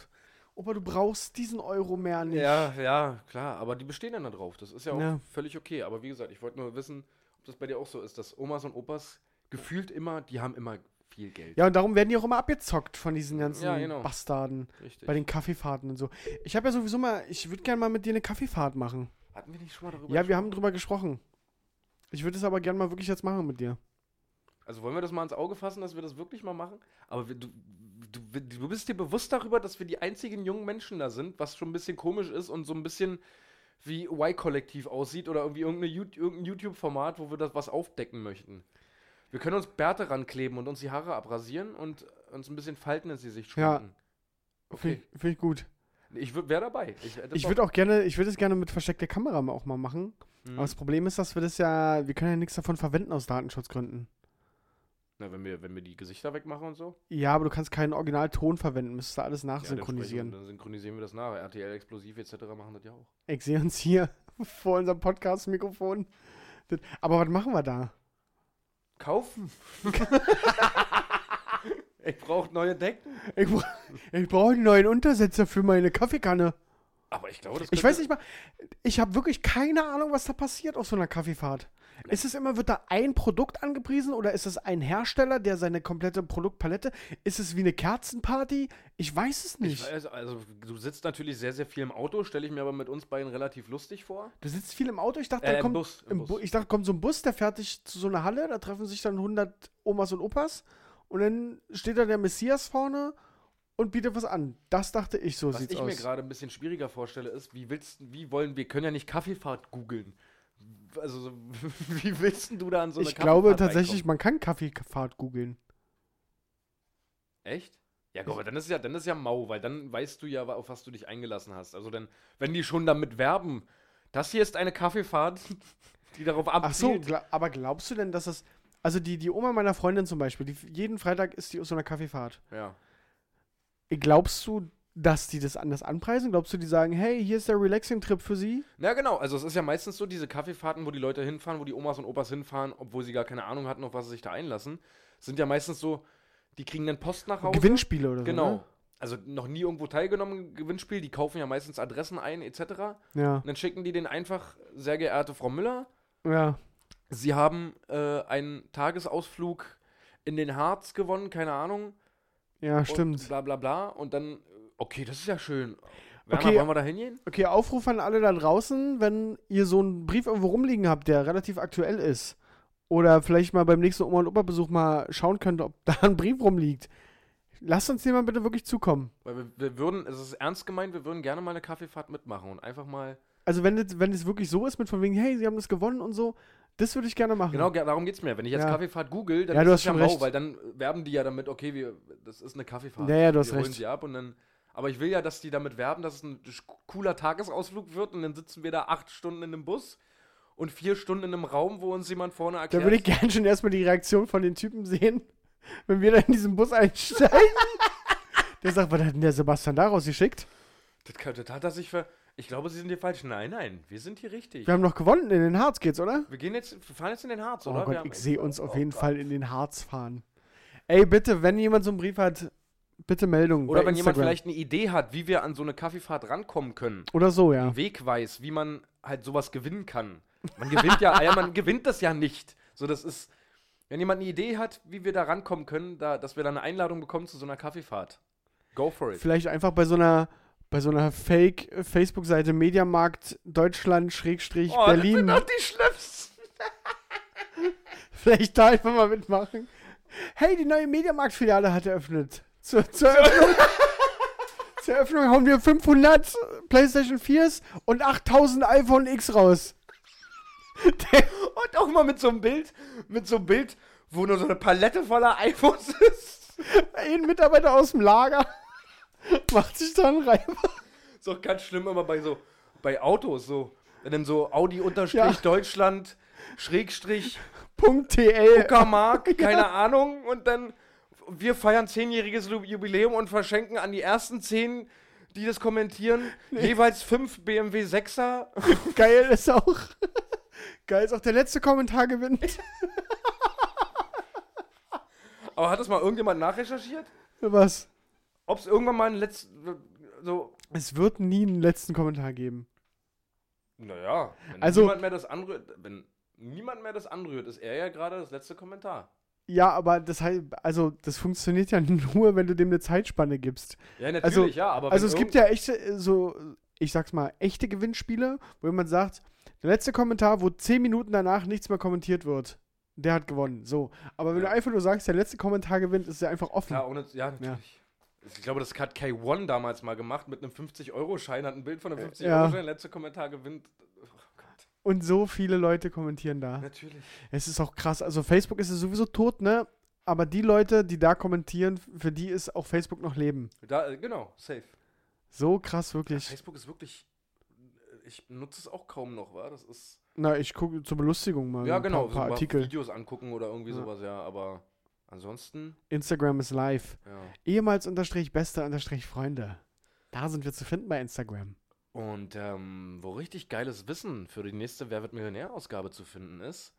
Opa, du brauchst diesen Euro mehr nicht.
Ja, ja, klar. Aber die bestehen dann da drauf. Das ist ja auch
Ja.
völlig okay. Aber wie gesagt, ich wollte nur wissen, ob das bei dir auch so ist, dass Omas und Opas gefühlt immer, die haben immer viel Geld.
Ja, und darum werden die auch immer abgezockt von diesen ganzen
Ja, genau.
Bastarden
Richtig.
bei den Kaffeefahrten und so. Ich habe ja sowieso mal, ich würde gerne mal mit dir eine Kaffeefahrt machen.
Hatten wir nicht schon mal darüber
Ja, wir haben drüber gesprochen. Ich würde es aber gerne mal wirklich jetzt machen mit dir.
Also wollen wir das mal ins Auge fassen, dass wir das wirklich mal machen? Aber wir, du, du, du bist dir bewusst darüber, dass wir die einzigen jungen Menschen da sind, was schon ein bisschen komisch ist und so ein bisschen wie Y-Kollektiv aussieht oder irgendwie irgendeine, Yout- irgendein YouTube-Format, wo wir das was aufdecken möchten. Wir können uns Bärte rankleben und uns die Haare abrasieren und uns ein bisschen falten, dass sie sich
Ja.
schminken.
Finde
Okay.
ich, find ich gut.
Ich wäre dabei. Ich, hätte
Ich
Bock.
würde auch gerne, ich würde es gerne mit versteckter Kamera mal auch mal machen.
Mhm.
Aber das Problem ist, dass wir das ja, wir können ja nichts davon verwenden aus Datenschutzgründen.
Na, wenn, wir, wenn wir die Gesichter wegmachen und so.
Ja, aber du kannst keinen Originalton verwenden, müsstest du alles
Ja, dann
nachsynchronisieren.
sprechen- Dann synchronisieren wir das nach. RTL Explosiv etc. machen das ja auch.
ich sehe uns hier [LAUGHS] vor unserem Podcast-Mikrofon. Das- Aber was machen wir da?
Kaufen. [LAUGHS] ich brauche neue Decken.
Ich, bra [LAUGHS] ich brauche einen neuen Untersetzer für meine Kaffeekanne.
Aber ich glaube, das
Ich weiß nicht mal, ich habe wirklich keine Ahnung, was da passiert auf so einer Kaffeefahrt. Ist es immer, wird da ein Produkt angepriesen oder ist es ein Hersteller, der seine komplette Produktpalette? Ist es wie eine Kerzenparty? Ich weiß es
Ich
nicht.
weiß, also du sitzt natürlich sehr, sehr viel im Auto, stelle ich mir aber mit uns beiden relativ lustig vor.
Du sitzt viel im Auto. Ich dachte,
Äh,
da
im
kommt,
Bus, im
im Bu
Bus.
ich dachte, kommt so ein Bus, der fährt dich zu so einer Halle, da treffen sich dann 100 Omas und Opas und dann steht da der Messias vorne und bietet was an. Das dachte ich, so
Was
sieht's
ich
aus.
mir gerade ein bisschen schwieriger vorstelle, ist, wie willst wie wollen, wir können ja nicht Kaffeefahrt googeln. Also [LAUGHS] so, wie willst denn du da an so eine
ich glaube
Kaffeefahrt
tatsächlich, man kann Kaffeefahrt googeln.
reinkommen? Echt? Ja, aber dann ist ja, dann ist ja mau, weil dann weißt du ja, wa- auf was du dich eingelassen hast. Also dann, wenn die schon damit werben, das hier ist eine Kaffeefahrt, [LAUGHS] die darauf
Ach so,
abzielt.
gla aber glaubst du denn, dass das. Also die, die Oma meiner Freundin zum Beispiel, die, jeden Freitag ist die auf so einer Kaffeefahrt.
Ja.
Glaubst du, dass die das anders anpreisen? Glaubst du, die sagen, hey, hier ist der Relaxing-Trip für sie?
Na genau, also es ist ja meistens so, diese Kaffeefahrten, wo die Leute hinfahren, wo die Omas und Opas hinfahren, obwohl sie gar keine Ahnung hatten, auf was sie sich da einlassen, sind ja meistens so, die kriegen dann Post nach Hause.
Gewinnspiele oder
Genau.
so. ne?
Also noch nie irgendwo teilgenommen, Gewinnspiel, die kaufen ja meistens Adressen ein, etc. Und
Genau.
dann schicken die den einfach, sehr geehrte Frau Müller,
Ja. Ja.
Sie haben äh, einen Tagesausflug in den Harz gewonnen, keine Ahnung.
Ja,
Und
stimmt.
bla bla bla. Und dann, äh, okay, das ist ja schön. Werner,
Okay.
wollen wir da hingehen?
Okay, Aufruf an alle da draußen, wenn ihr so einen Brief irgendwo rumliegen habt, der relativ aktuell ist. Oder vielleicht mal beim nächsten Oma- und Opa-Besuch mal schauen könnt, ob [LAUGHS] da ein Brief rumliegt. Lasst uns den mal bitte wirklich zukommen.
Weil wir, wir würden, es ist ernst gemeint, wir würden gerne mal eine Kaffeefahrt mitmachen und einfach mal.
Also wenn es wenn das wirklich so ist mit von wegen, hey, sie haben das gewonnen und so, das würde ich gerne machen.
Genau, ge- darum geht's mir. Wenn ich jetzt
Ja.
Kaffeefahrt google, dann
Ja, du
ist
hast
es
schon
mau,
recht.
weil dann werben die ja damit, okay, wir, das ist eine Kaffeefahrt.
Ja, ja, du hast
wir holen
recht.
sie ab und dann. Aber ich will ja, dass die damit werben, dass es ein sch- cooler Tagesausflug wird und dann sitzen wir da acht Stunden in einem Bus und vier Stunden in einem Raum, wo uns jemand vorne
Da
erklärt.
würde ich gerne schon erstmal die Reaktion von den Typen sehen, [LAUGHS] wenn wir da in diesen Bus einsteigen.
[LAUGHS]
der sagt, was hat denn der Sebastian da rausgeschickt?
das, kann, das hat er sich ver. Ich glaube, sie sind hier falsch. Nein, nein, wir sind hier richtig.
Wir haben noch gewonnen, in den Harz geht's, oder?
Wir gehen jetzt, wir fahren jetzt in den Harz,
Oh
oder? wir
Gott,
haben,
ich sehe uns auf jeden Fall in den Harz fahren. Ey, bitte, wenn jemand so einen Brief hat, bitte Meldung.
Oder
bei
wenn jemand
Instagram.
vielleicht eine Idee hat, wie wir an so eine Kaffeefahrt rankommen können.
Oder so, ja.
einen Weg weiß, wie man halt sowas gewinnen kann. Man gewinnt ja, ja, man gewinnt das ja nicht. So, das ist, wenn jemand eine Idee hat, wie wir da rankommen können, da, dass wir da eine Einladung bekommen zu so einer Kaffeefahrt. Go for it.
Vielleicht einfach bei so einer. Bei so einer Fake-Facebook-Seite Mediamarkt Deutschland Schrägstrich
Oh,
Berlin.
die Schlimmsten.
Vielleicht da einfach mal mitmachen. Hey, die neue Mediamarkt-Filiale hat eröffnet. Zur, zur Eröffnung, zur Eröffnung haben wir 500 PlayStation 4s und 8000 iPhone X raus. Der,
Und auch mal mit so einem Bild, mit so einem Bild, wo nur so eine Palette voller iPhones ist.
ein Mitarbeiter aus dem Lager [LAUGHS] macht sich dann rein.
Ist doch ganz schlimm immer bei so, bei Autos so. Wenn dann so Audi unterstrich Deutschland, Schrägstrich,
Punkt
Oh,
TL. [LAUGHS]
Uckermark, keine Ahnung. Und dann, wir feiern zehnjähriges Lu- Jubiläum und verschenken an die ersten zehn, die das kommentieren, jeweils fünf BMW 6er.
Geil ist auch. Geil ist auch der letzte Kommentar gewinnt.
Aber hat das mal irgendjemand nachrecherchiert?
Was?
Ob es irgendwann mal ein letzten, so,
Es wird nie einen letzten Kommentar geben.
Naja, wenn
Also-
niemand mehr das anrührt, wenn niemand mehr das anrührt, ist er ja gerade das letzte Kommentar.
Ja, aber das heißt, also das funktioniert ja [LAUGHS] nur, wenn du dem eine Zeitspanne gibst.
Ja, natürlich,
Also-
ja, aber
also
wenn
es gibt
irgend-
ja echte, äh, so, ich sag's mal, echte Gewinnspiele, wo man sagt, der letzte Kommentar, wo zehn Minuten danach nichts mehr kommentiert wird, der hat gewonnen. So. Aber wenn
Ja.
du einfach nur sagst, der letzte Kommentar gewinnt, ist der einfach offen.
Klar, ohne, ja, natürlich. Ich glaube, das hat K1 damals mal gemacht mit einem 50-Euro-Schein, hat ein Bild von einem 50-Euro-Schein, letzter Kommentar gewinnt. Oh Gott,
Und so viele Leute kommentieren da.
natürlich.
Es ist auch krass. Also Facebook ist es sowieso tot, ne? Aber die Leute, die da kommentieren, für die ist auch Facebook noch Leben.
Da, äh, genau, safe.
So krass, wirklich.
Facebook ist wirklich. äh, Ich nutze es auch kaum noch, war. Das ist.
Na, ich gucke zur Belustigung mal.
ja,
ein
genau,
Paar, paar
mal
Artikel.
Videos angucken oder irgendwie
Ja.
sowas, ja, aber ansonsten,
Instagram ist live.
ja.
Ehemals unterstrich beste unterstrich Freunde. Da sind wir zu finden bei Instagram.
Und ähm, wo richtig geiles Wissen für die nächste Wer wird Millionär-Ausgabe zu finden ist,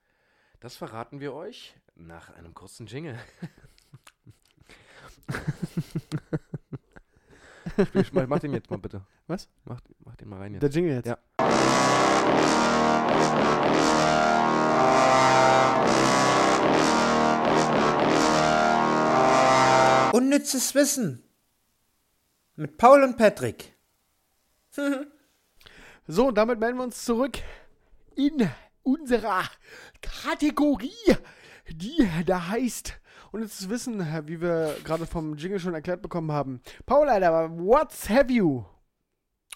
das verraten wir euch nach einem kurzen
[LAUGHS]
Jingle. Spiel, mach, mach den jetzt mal bitte.
Was?
Mach, mach den mal rein
Der
jetzt.
Jingle jetzt.
Ja.
Unnützes Wissen mit Paul und Patrick.
[LAUGHS] So, und damit melden wir uns zurück in unserer Kategorie, die da heißt, und jetzt wissen, wie wir gerade vom Jingle schon erklärt bekommen haben. Paul, Alter, what's have you?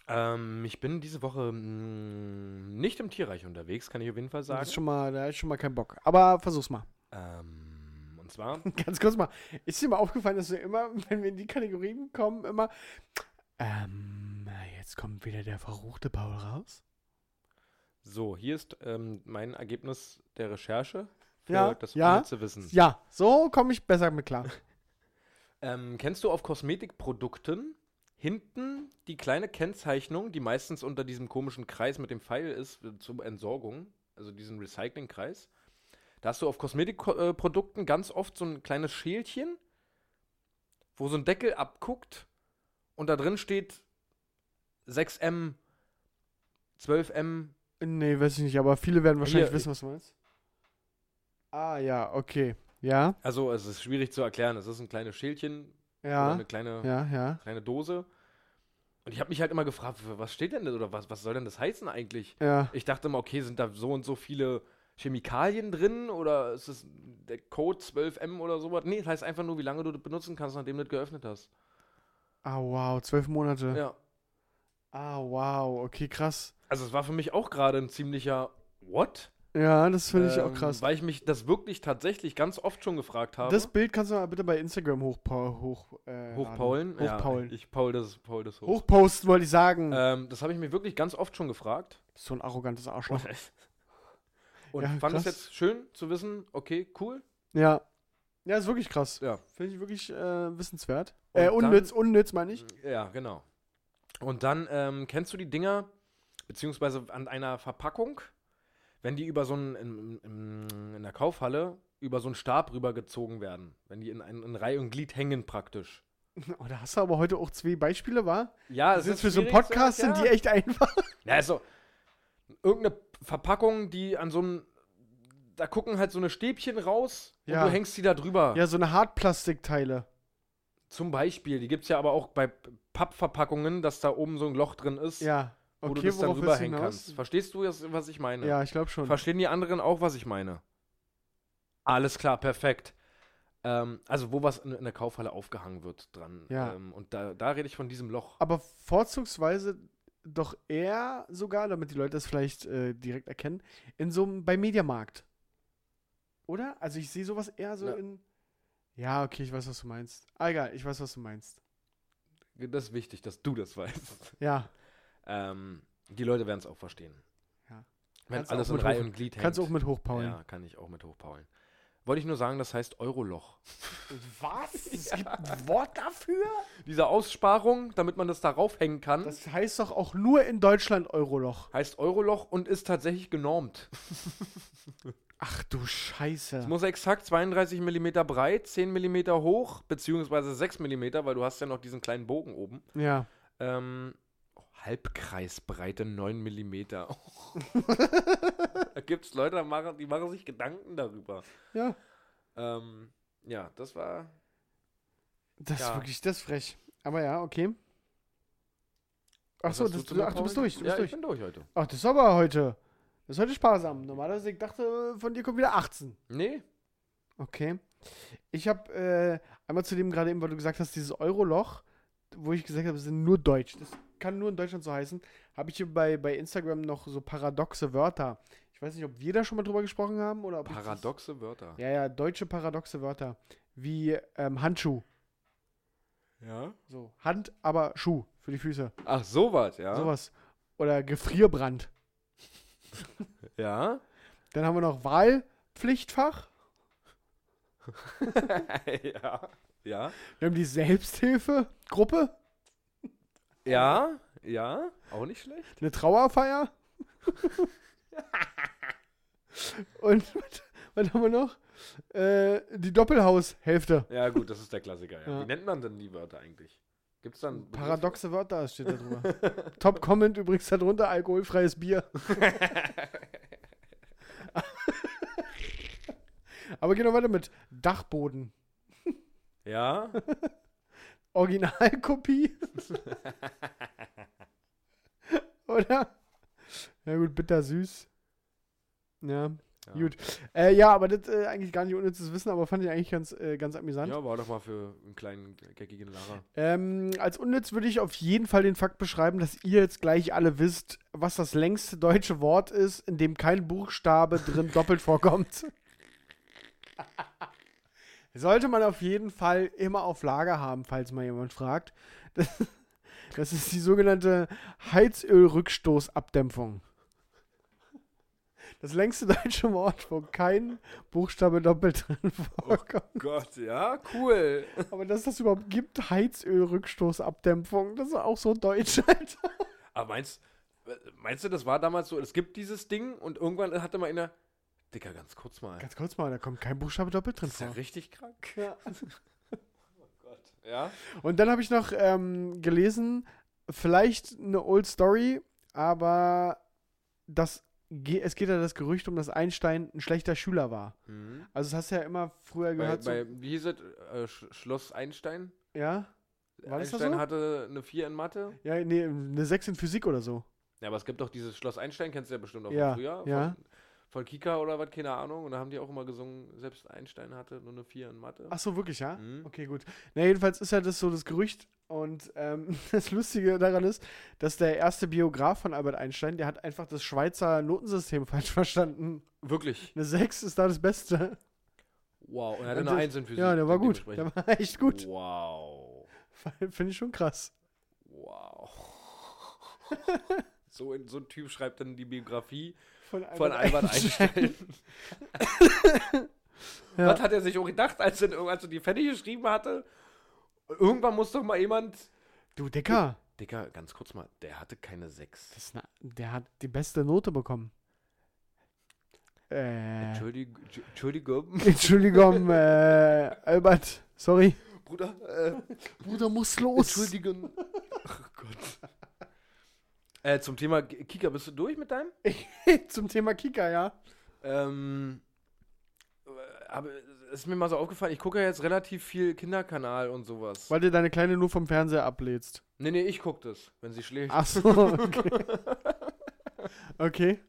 Ähm, ich bin diese Woche mh, nicht im Tierreich unterwegs, kann ich auf jeden Fall
Das
sagen.
ist schon mal, da ist schon mal kein Bock. Aber versuch's mal. [LAUGHS]
Ähm, und zwar,
Ganz kurz mal. Ist dir mal aufgefallen, dass wir immer, [LAUGHS] wenn wir in die Kategorien kommen, immer. Ähm, jetzt kommt wieder der verruchte Paul raus.
so, hier ist ähm, mein Ergebnis der Recherche für
Ja,
das
ja,
zu wissen.
Ja, so komme ich besser
[LAUGHS]
mit klar.
Ähm, kennst du auf Kosmetikprodukten hinten die kleine Kennzeichnung, die meistens unter diesem komischen Kreis mit dem Pfeil ist äh, zur Entsorgung, also diesen Recyclingkreis? Da hast du auf Kosmetikprodukten ganz oft so ein kleines Schälchen, wo so ein Deckel abguckt und da drin steht 6M, 12M.
Nee, weiß ich nicht, aber viele werden wahrscheinlich
Hier,
wissen, was du meinst. Ah, ja, okay. Ja,
Also es ist schwierig zu erklären. Es ist ein kleines Schälchen oder
ja,
eine kleine
ja, ja,
kleine Dose. Und ich habe mich halt immer gefragt, w- was steht denn das oder was, was soll denn das heißen eigentlich?
ja.
Ich dachte immer, okay, sind da so und so viele Chemikalien drin oder ist es der Code 12M oder sowas? Nee, das heißt einfach nur, wie lange du das benutzen kannst, nachdem du das geöffnet hast.
Ah, wow, zwölf Monate.
Ja.
Ah, wow, okay, krass.
Also es war für mich auch gerade ein ziemlicher What?
Ja, das finde ich auch
Ähm,
krass.
Weil ich mich das wirklich tatsächlich ganz oft schon gefragt habe.
Das Bild kannst du mal bitte bei Instagram hochpa hoch, äh,
Hochpaulen?
laden. Hochpaulen.
Ja, ich Paul das, Paul das hoch.
Hochposten wollte ich sagen.
Ähm, das habe ich mir wirklich ganz oft schon gefragt.
so ein arrogantes Arschloch.
Und
Ja,
fand es
krass.
jetzt schön zu wissen, okay, cool.
Ja. Ja, ist wirklich krass.
Ja.
Finde ich wirklich äh, wissenswert.
Und
Äh,
dann-
unnütz, unnütz meine ich.
Ja, genau. Und dann ähm, kennst du die Dinger, beziehungsweise an einer Verpackung, wenn die über so einen, in, in, in der Kaufhalle, über so einen Stab rübergezogen werden. Wenn die in, ein- in Reihe und Glied hängen praktisch.
Oh, da hast du aber heute auch zwei Beispiele, war?
Ja,
Das sind für so einen Podcast, sind die echt einfach.
Na, also, irgendeine Verpackung, die an so einem, da gucken halt so eine Stäbchen raus
Ja.
und du hängst die da drüber.
Ja, so eine Hartplastikteile.
Zum Beispiel, die gibt es ja aber auch bei P- Pappverpackungen, dass da oben so ein Loch drin ist,
Ja.
wo du
Okay,
das dann
worauf willst du
rüberhängen
hinaus?
kannst. Verstehst du, das, was ich meine?
Ja, ich glaube schon.
Verstehen die anderen auch, was ich meine? Alles klar, perfekt. Ähm, also wo was in, in der Kaufhalle aufgehangen wird dran.
Ja.
Ähm, und da, da rede ich von diesem Loch.
Aber vorzugsweise doch eher sogar, damit die Leute das vielleicht äh, direkt erkennen, in so einem, bei Mediamarkt. Oder? Also ich sehe sowas eher so
Ja.
in. Ja, okay, ich weiß, was du meinst. Ah, egal, ich weiß, was du meinst.
Das ist wichtig, dass du das weißt.
Ja.
ähm, die Leute werden es auch verstehen.
Ja.
Wenn
Kannst du
alles
auch
in
mit
Reihe
hoch-
und Glied hängt.
Kannst du auch mit hochpaulen.
Ja, kann ich auch mit hochpaulen. Wollte ich nur sagen, das heißt Euroloch.
[LAUGHS] Was? Es gibt ein Wort dafür?
Diese Aussparung, damit man das da raufhängen kann,
Das heißt doch auch nur in Deutschland Euroloch.
heißt Euroloch und ist tatsächlich
[LAUGHS]
genormt.
Ach du Scheiße.
Es muss exakt 32 mm breit, 10 mm hoch, beziehungsweise 6 mm, weil du hast ja noch diesen kleinen Bogen oben. [LAUGHS]
Ja.
Ähm, oh, Halbkreisbreite 9 mm. [LAUGHS] da gibt es Leute, die machen, die machen sich Gedanken darüber.
Ja.
Ähm, ja, das war.
Das ist
Ja.
wirklich, das ist frech. Aber ja, okay. Ach
Was
so,
hast
das,
zu mir,
ach, du bist
Paul?
durch, du bist
ja,
durch.
ich bin durch heute.
Ach, das ist aber heute. Das ist heute sparsam. Normalerweise, ich dachte, von dir kommt wieder 18.
Nee,
Okay. Ich habe äh, einmal zu dem gerade eben, weil du gesagt hast, dieses Euroloch, wo ich gesagt habe, es sind nur Deutsch. Das kann nur in Deutschland so heißen. Habe ich hier bei, bei Instagram noch so paradoxe Wörter. Ich weiß nicht, ob wir da schon mal drüber gesprochen haben oder ob ich das-
paradoxe Wörter.
Ja, ja, deutsche paradoxe Wörter. Wie ähm, Handschuh.
Ja?
So, Hand, aber Schuh für die Füße.
Ach, sowas, ja.
Sowas. Oder Gefrierbrand.
Ja. [LAUGHS]
Dann haben wir noch Wahlpflichtfach.
ja. Ja.
Wir haben die Selbsthilfegruppe,
Ja. Ja. Auch nicht schlecht.
eine Trauerfeier. Und was, was haben wir noch? Äh, die Doppelhaushälfte.
Ja, gut, das ist der Klassiker. Ja.
Ja.
Wie nennt man denn die Wörter eigentlich? Gibt es dann.
Paradoxe Wörter steht da drüber. Top-Comment übrigens darunter, alkoholfreies Bier. Aber gehen wir weiter mit Dachboden.
[LAUGHS] Ja.
Originalkopie. Oder? Ja gut, bitter süß. Ja,
Ja.
gut. Äh, ja, aber das äh, eigentlich gar nicht unnützes Wissen, aber fand ich eigentlich ganz, äh, ganz amüsant.
Ja, war doch mal für einen kleinen, geckigen Lara.
Ähm, als unnütz würde ich auf jeden Fall den Fakt beschreiben, dass ihr jetzt gleich alle wisst, was das längste deutsche Wort ist, in dem kein Buchstabe drin doppelt vorkommt. Sollte man auf jeden Fall immer auf Lager haben, falls mal jemand fragt. [LAUGHS] Das, das ist die sogenannte Heizölrückstoßabdämpfung. Das längste deutsche Wort, wo kein Buchstabe doppelt drin vorkommt.
Gott, ja, cool.
Aber dass das überhaupt gibt, Heizölrückstoßabdämpfung, das ist auch so deutsch, [LAUGHS] Alter.
Aber meinst, meinst du, das war damals so, es gibt dieses Ding und irgendwann hatte mal einer, Dicker, ganz kurz mal.
Ganz kurz mal, da kommt kein Buchstabe doppelt drin
das ist ja
vor.
richtig krank. Ja?
Und dann habe ich noch ähm, gelesen, vielleicht eine Old Story, aber das, ge- es geht ja das Gerücht um, dass Einstein ein schlechter Schüler war.
Mhm.
Also das hast du ja immer früher
Bei,
gehört.
bei, wie hieß es? Äh, Sch Schloss Einstein?
so, ja? War das da
Einstein
so?
hatte eine 4 in Mathe.
Ja, nee, eine 6 in Physik oder so.
Ja, aber es gibt doch dieses Schloss Einstein, kennst du ja bestimmt auch
Ja,
von früher.
ja.
Von, von Kika oder was, keine Ahnung. Und da haben die auch immer gesungen, selbst Einstein hatte nur eine 4 in Mathe.
Ach so, wirklich, ja?
Mhm.
Okay, gut. Na, jedenfalls ist ja das so das Gerücht. Und ähm, [LAUGHS] das Lustige daran ist, dass der erste Biograf von Albert Einstein, der hat einfach das Schweizer Notensystem [LAUGHS] falsch verstanden.
Wirklich.
Eine 6 ist da das Beste.
Wow. Und er hatte
Und
eine
das-
1 in Physik.
ja, der war gut.
dementsprechend. Oh.
Der war echt gut.
Wow.
Finde ich schon krass. [LAUGHS]
Wow. So, ein- so ein Typ schreibt dann die Biografie von
Albert
Albert Einstein.
[LAUGHS] Ja.
Was hat er sich auch gedacht, als er, als er die fertig geschrieben hatte? Irgendwann muss doch mal jemand.
Du, Dicker,
Dicker, ganz kurz mal, der hatte keine 6.
das ist eine, der hat die beste Note bekommen. Äh,
Entschuldigung, Entschuldigung. [LAUGHS]
Entschuldigung, äh, Albert, sorry.
Bruder, äh,
Bruder, muss los.
Entschuldigung. Ach Gott. Äh, zum Thema K- Kika, bist du durch mit deinem?
[LAUGHS] Zum Thema Kika, ja.
Ähm, äh, aber es ist mir mal so aufgefallen, ich gucke ja jetzt relativ viel Kinderkanal und sowas.
Weil du deine Kleine nur vom Fernseher ablädst.
Nee, nee, ich gucke das, wenn sie schläft.
Ach so, okay. okay.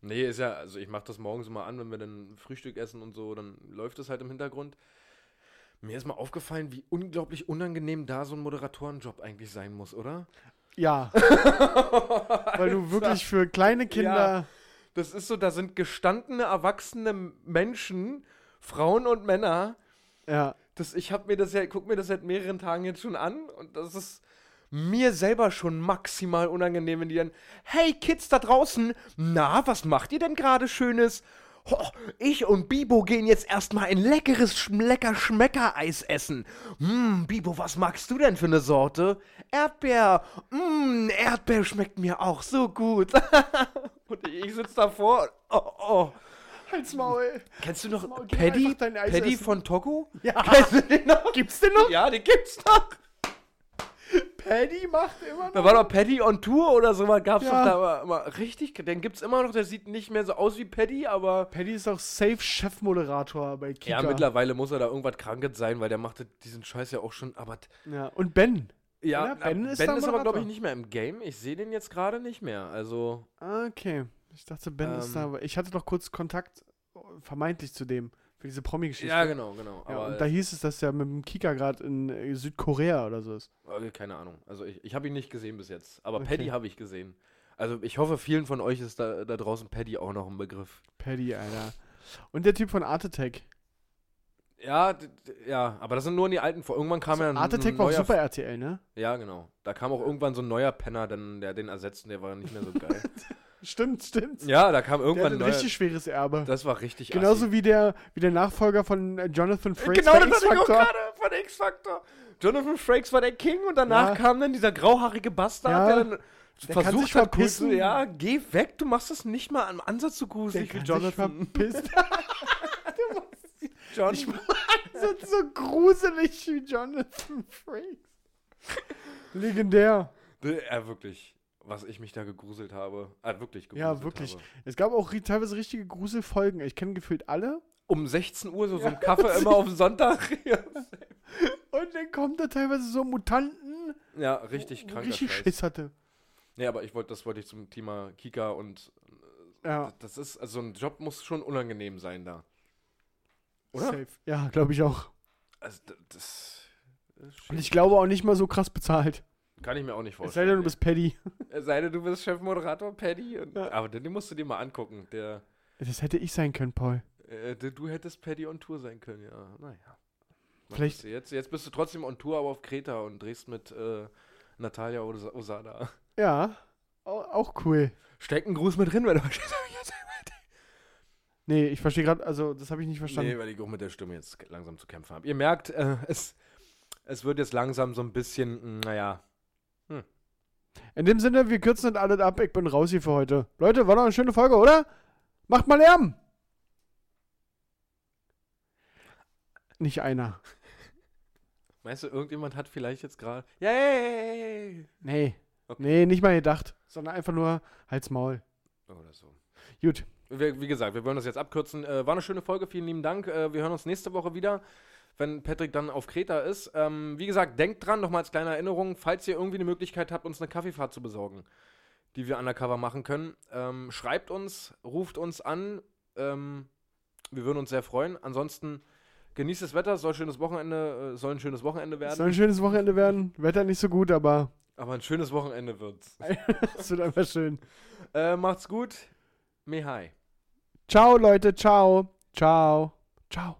Nee, ist ja, also ich mache das morgens immer an, wenn wir dann Frühstück essen und so, dann läuft das halt im Hintergrund. Mir ist mal aufgefallen, wie unglaublich unangenehm da so ein Moderatorenjob eigentlich sein muss, oder?
[LAUGHS] Ja. Weil du wirklich für kleine Kinder.
Das ist so, da sind gestandene, erwachsene Menschen, Frauen und Männer.
Ja.
Das, ich hab mir das ja, guck mir das seit mehreren Tagen jetzt schon an und das ist mir selber schon maximal unangenehm, wenn die dann, hey Kids da draußen, na, was macht ihr denn gerade Schönes? Ho, ich und Bibo gehen jetzt erstmal ein leckeres Schm- lecker Schmecker-Eis essen. Hm, Bibo, was magst du denn für eine Sorte? Erdbeer. Hm, Erdbeer schmeckt mir auch so gut. [LAUGHS] und ich sitze davor. Oh, oh.
Halt's Maul.
Kennst du noch
geh
Paddy?
einfach dein Eis
Paddy
essen.
von Togo?
Ja.
Kennst du den noch?
[LAUGHS] Gibt's den noch?
Ja, den gibt's noch.
Paddy macht immer noch.
Da war doch Paddy on Tour oder so, was gab's
Ja.
doch da immer, immer. Richtig, den gibt's immer noch, der sieht nicht mehr so aus wie Paddy, aber.
Paddy ist auch safe Chefmoderator bei Kika.
Ja, mittlerweile muss er da irgendwas krankes sein, weil der macht das- diesen Scheiß ja auch schon, aber.
Ja. Und Ben.
Ja,
Ja,
na,
Ben
Ben
ist
ist,
da
aber, glaube
Moderator.
ich, nicht mehr im Game. Ich sehe den jetzt gerade nicht mehr. Also,
Okay. Ich dachte, Ben ist
Ähm.
da. aber Ich hatte noch kurz Kontakt, oh, vermeintlich zu dem, für diese Promi-Geschichte.
ja, genau, genau.
Ja,
aber,
und da hieß es, dass der mit dem Kika gerade in äh, Südkorea oder so ist.
äh, keine Ahnung. Also, ich, ich habe ihn nicht gesehen bis jetzt, aber
Okay.
Paddy habe ich gesehen. Also, ich hoffe, vielen von euch ist da, da draußen Paddy auch noch ein Begriff.
Paddy, Alter. Und der Typ von Art Attack.
Ja, d- d- ja, aber das sind nur in die alten. Vor irgendwann kam ja ein,
Art
ein
Attack war auf
neuer.
Super RTL, ne?
Ja, genau. Da kam auch irgendwann so ein neuer Penner, dann, der den ersetzt und der war nicht mehr so geil.
[LAUGHS] Stimmt, stimmt.
ja, da kam
Der hat
irgendwann
ein
ein neuer.
richtig schweres Erbe.
Das war richtig
Genauso wie der, wie der Nachfolger von äh, Jonathan Frakes
Genau,
bei
das hatte ich auch
X-Factor.
gerade von X-Factor. Jonathan Frakes war der King und danach
Ja.
kam dann dieser grauhaarige Bastard,
Ja.
der dann
kann
versucht
sich
hat, cool zu-
verpissen.
ja, geh weg, du machst das nicht mal am Ansatz so
Der
gruselig wie
kann
Jonathan.
sich verpisst. [LAUGHS]
John.
Das ist so gruselig wie Jonathan Frakes. Legendär.
Ja, wirklich. Was ich mich da gegruselt habe. Ah, wirklich gegruselt
Ja, wirklich.
Habe.
Es gab auch ri- teilweise richtige Gruselfolgen. Ich kenne gefühlt alle.
Um 16 Uhr so, so ein
[LAUGHS]
Kaffee immer auf den Sonntag. [LAUGHS]
Und dann kommen da teilweise so Mutanten,
ja, richtig
wo
kranker
Oh, richtig
Scheiß.
Schiss hatte.
Nee, aber ich wollte, das wollte ich zum Thema Kika und
Ja,
das ist, also ein Job muss schon unangenehm sein da. Oder?
safe. Ja, glaube ich auch.
Also d- das, das
Und ich glaube auch nicht mal so krass bezahlt.
kann ich mir auch nicht vorstellen.
Es sei denn, du bist Paddy.
nee. Es sei denn, du bist Chefmoderator, Paddy. Und,
Ja.
Aber den, den musst du dir mal angucken. Der,
Das hätte ich sein können, Paul.
äh, der, du hättest Paddy on Tour sein können, ja. Naja. Was
Vielleicht-
bist du Jetzt, jetzt bist du trotzdem on Tour, aber auf Kreta und drehst mit äh, Natalia Os-
[LAUGHS]
Osada.
Ja, au- auch cool.
Steck einen Gruß mit drin, wenn du [LAUGHS] verstehst.
Nee, ich verstehe gerade, also das habe ich nicht verstanden.
Nee, weil ich auch mit der Stimme jetzt ge- langsam zu kämpfen habe. Ihr merkt, äh, es, es wird jetzt langsam so ein bisschen, mm, naja.
In dem Sinne, wir kürzen das alles ab. Ich bin raus hier für heute. Leute, war doch eine schöne Folge, oder? Macht mal Lärm! Nicht einer.
Meinst du, irgendjemand hat vielleicht jetzt gerade. Yay!
Nee.
Okay.
Nee, nicht mal gedacht, sondern einfach nur Hals Maul.
Oder so.
Gut.
Wir, wie gesagt, wir wollen das jetzt abkürzen. Äh, war eine schöne Folge, vielen lieben Dank. Äh, wir hören uns nächste Woche wieder, wenn Patrick dann auf Kreta ist. Ähm, wie gesagt, denkt dran, nochmal als kleine Erinnerung, falls ihr irgendwie eine Möglichkeit habt, uns eine Kaffeefahrt zu besorgen, die wir undercover machen können, ähm, schreibt uns, ruft uns an. Ähm, wir würden uns sehr freuen. Ansonsten genießt das Wetter, es soll schönes Wochenende, äh, soll ein schönes Wochenende werden.
Soll ein schönes Wochenende werden. Wetter nicht so gut, aber [LAUGHS]
Aber ein schönes Wochenende wird's.
es wird einfach schön.
Äh, macht's gut. Mihai.
Ciao, Leute. Ciao. Ciao. Ciao.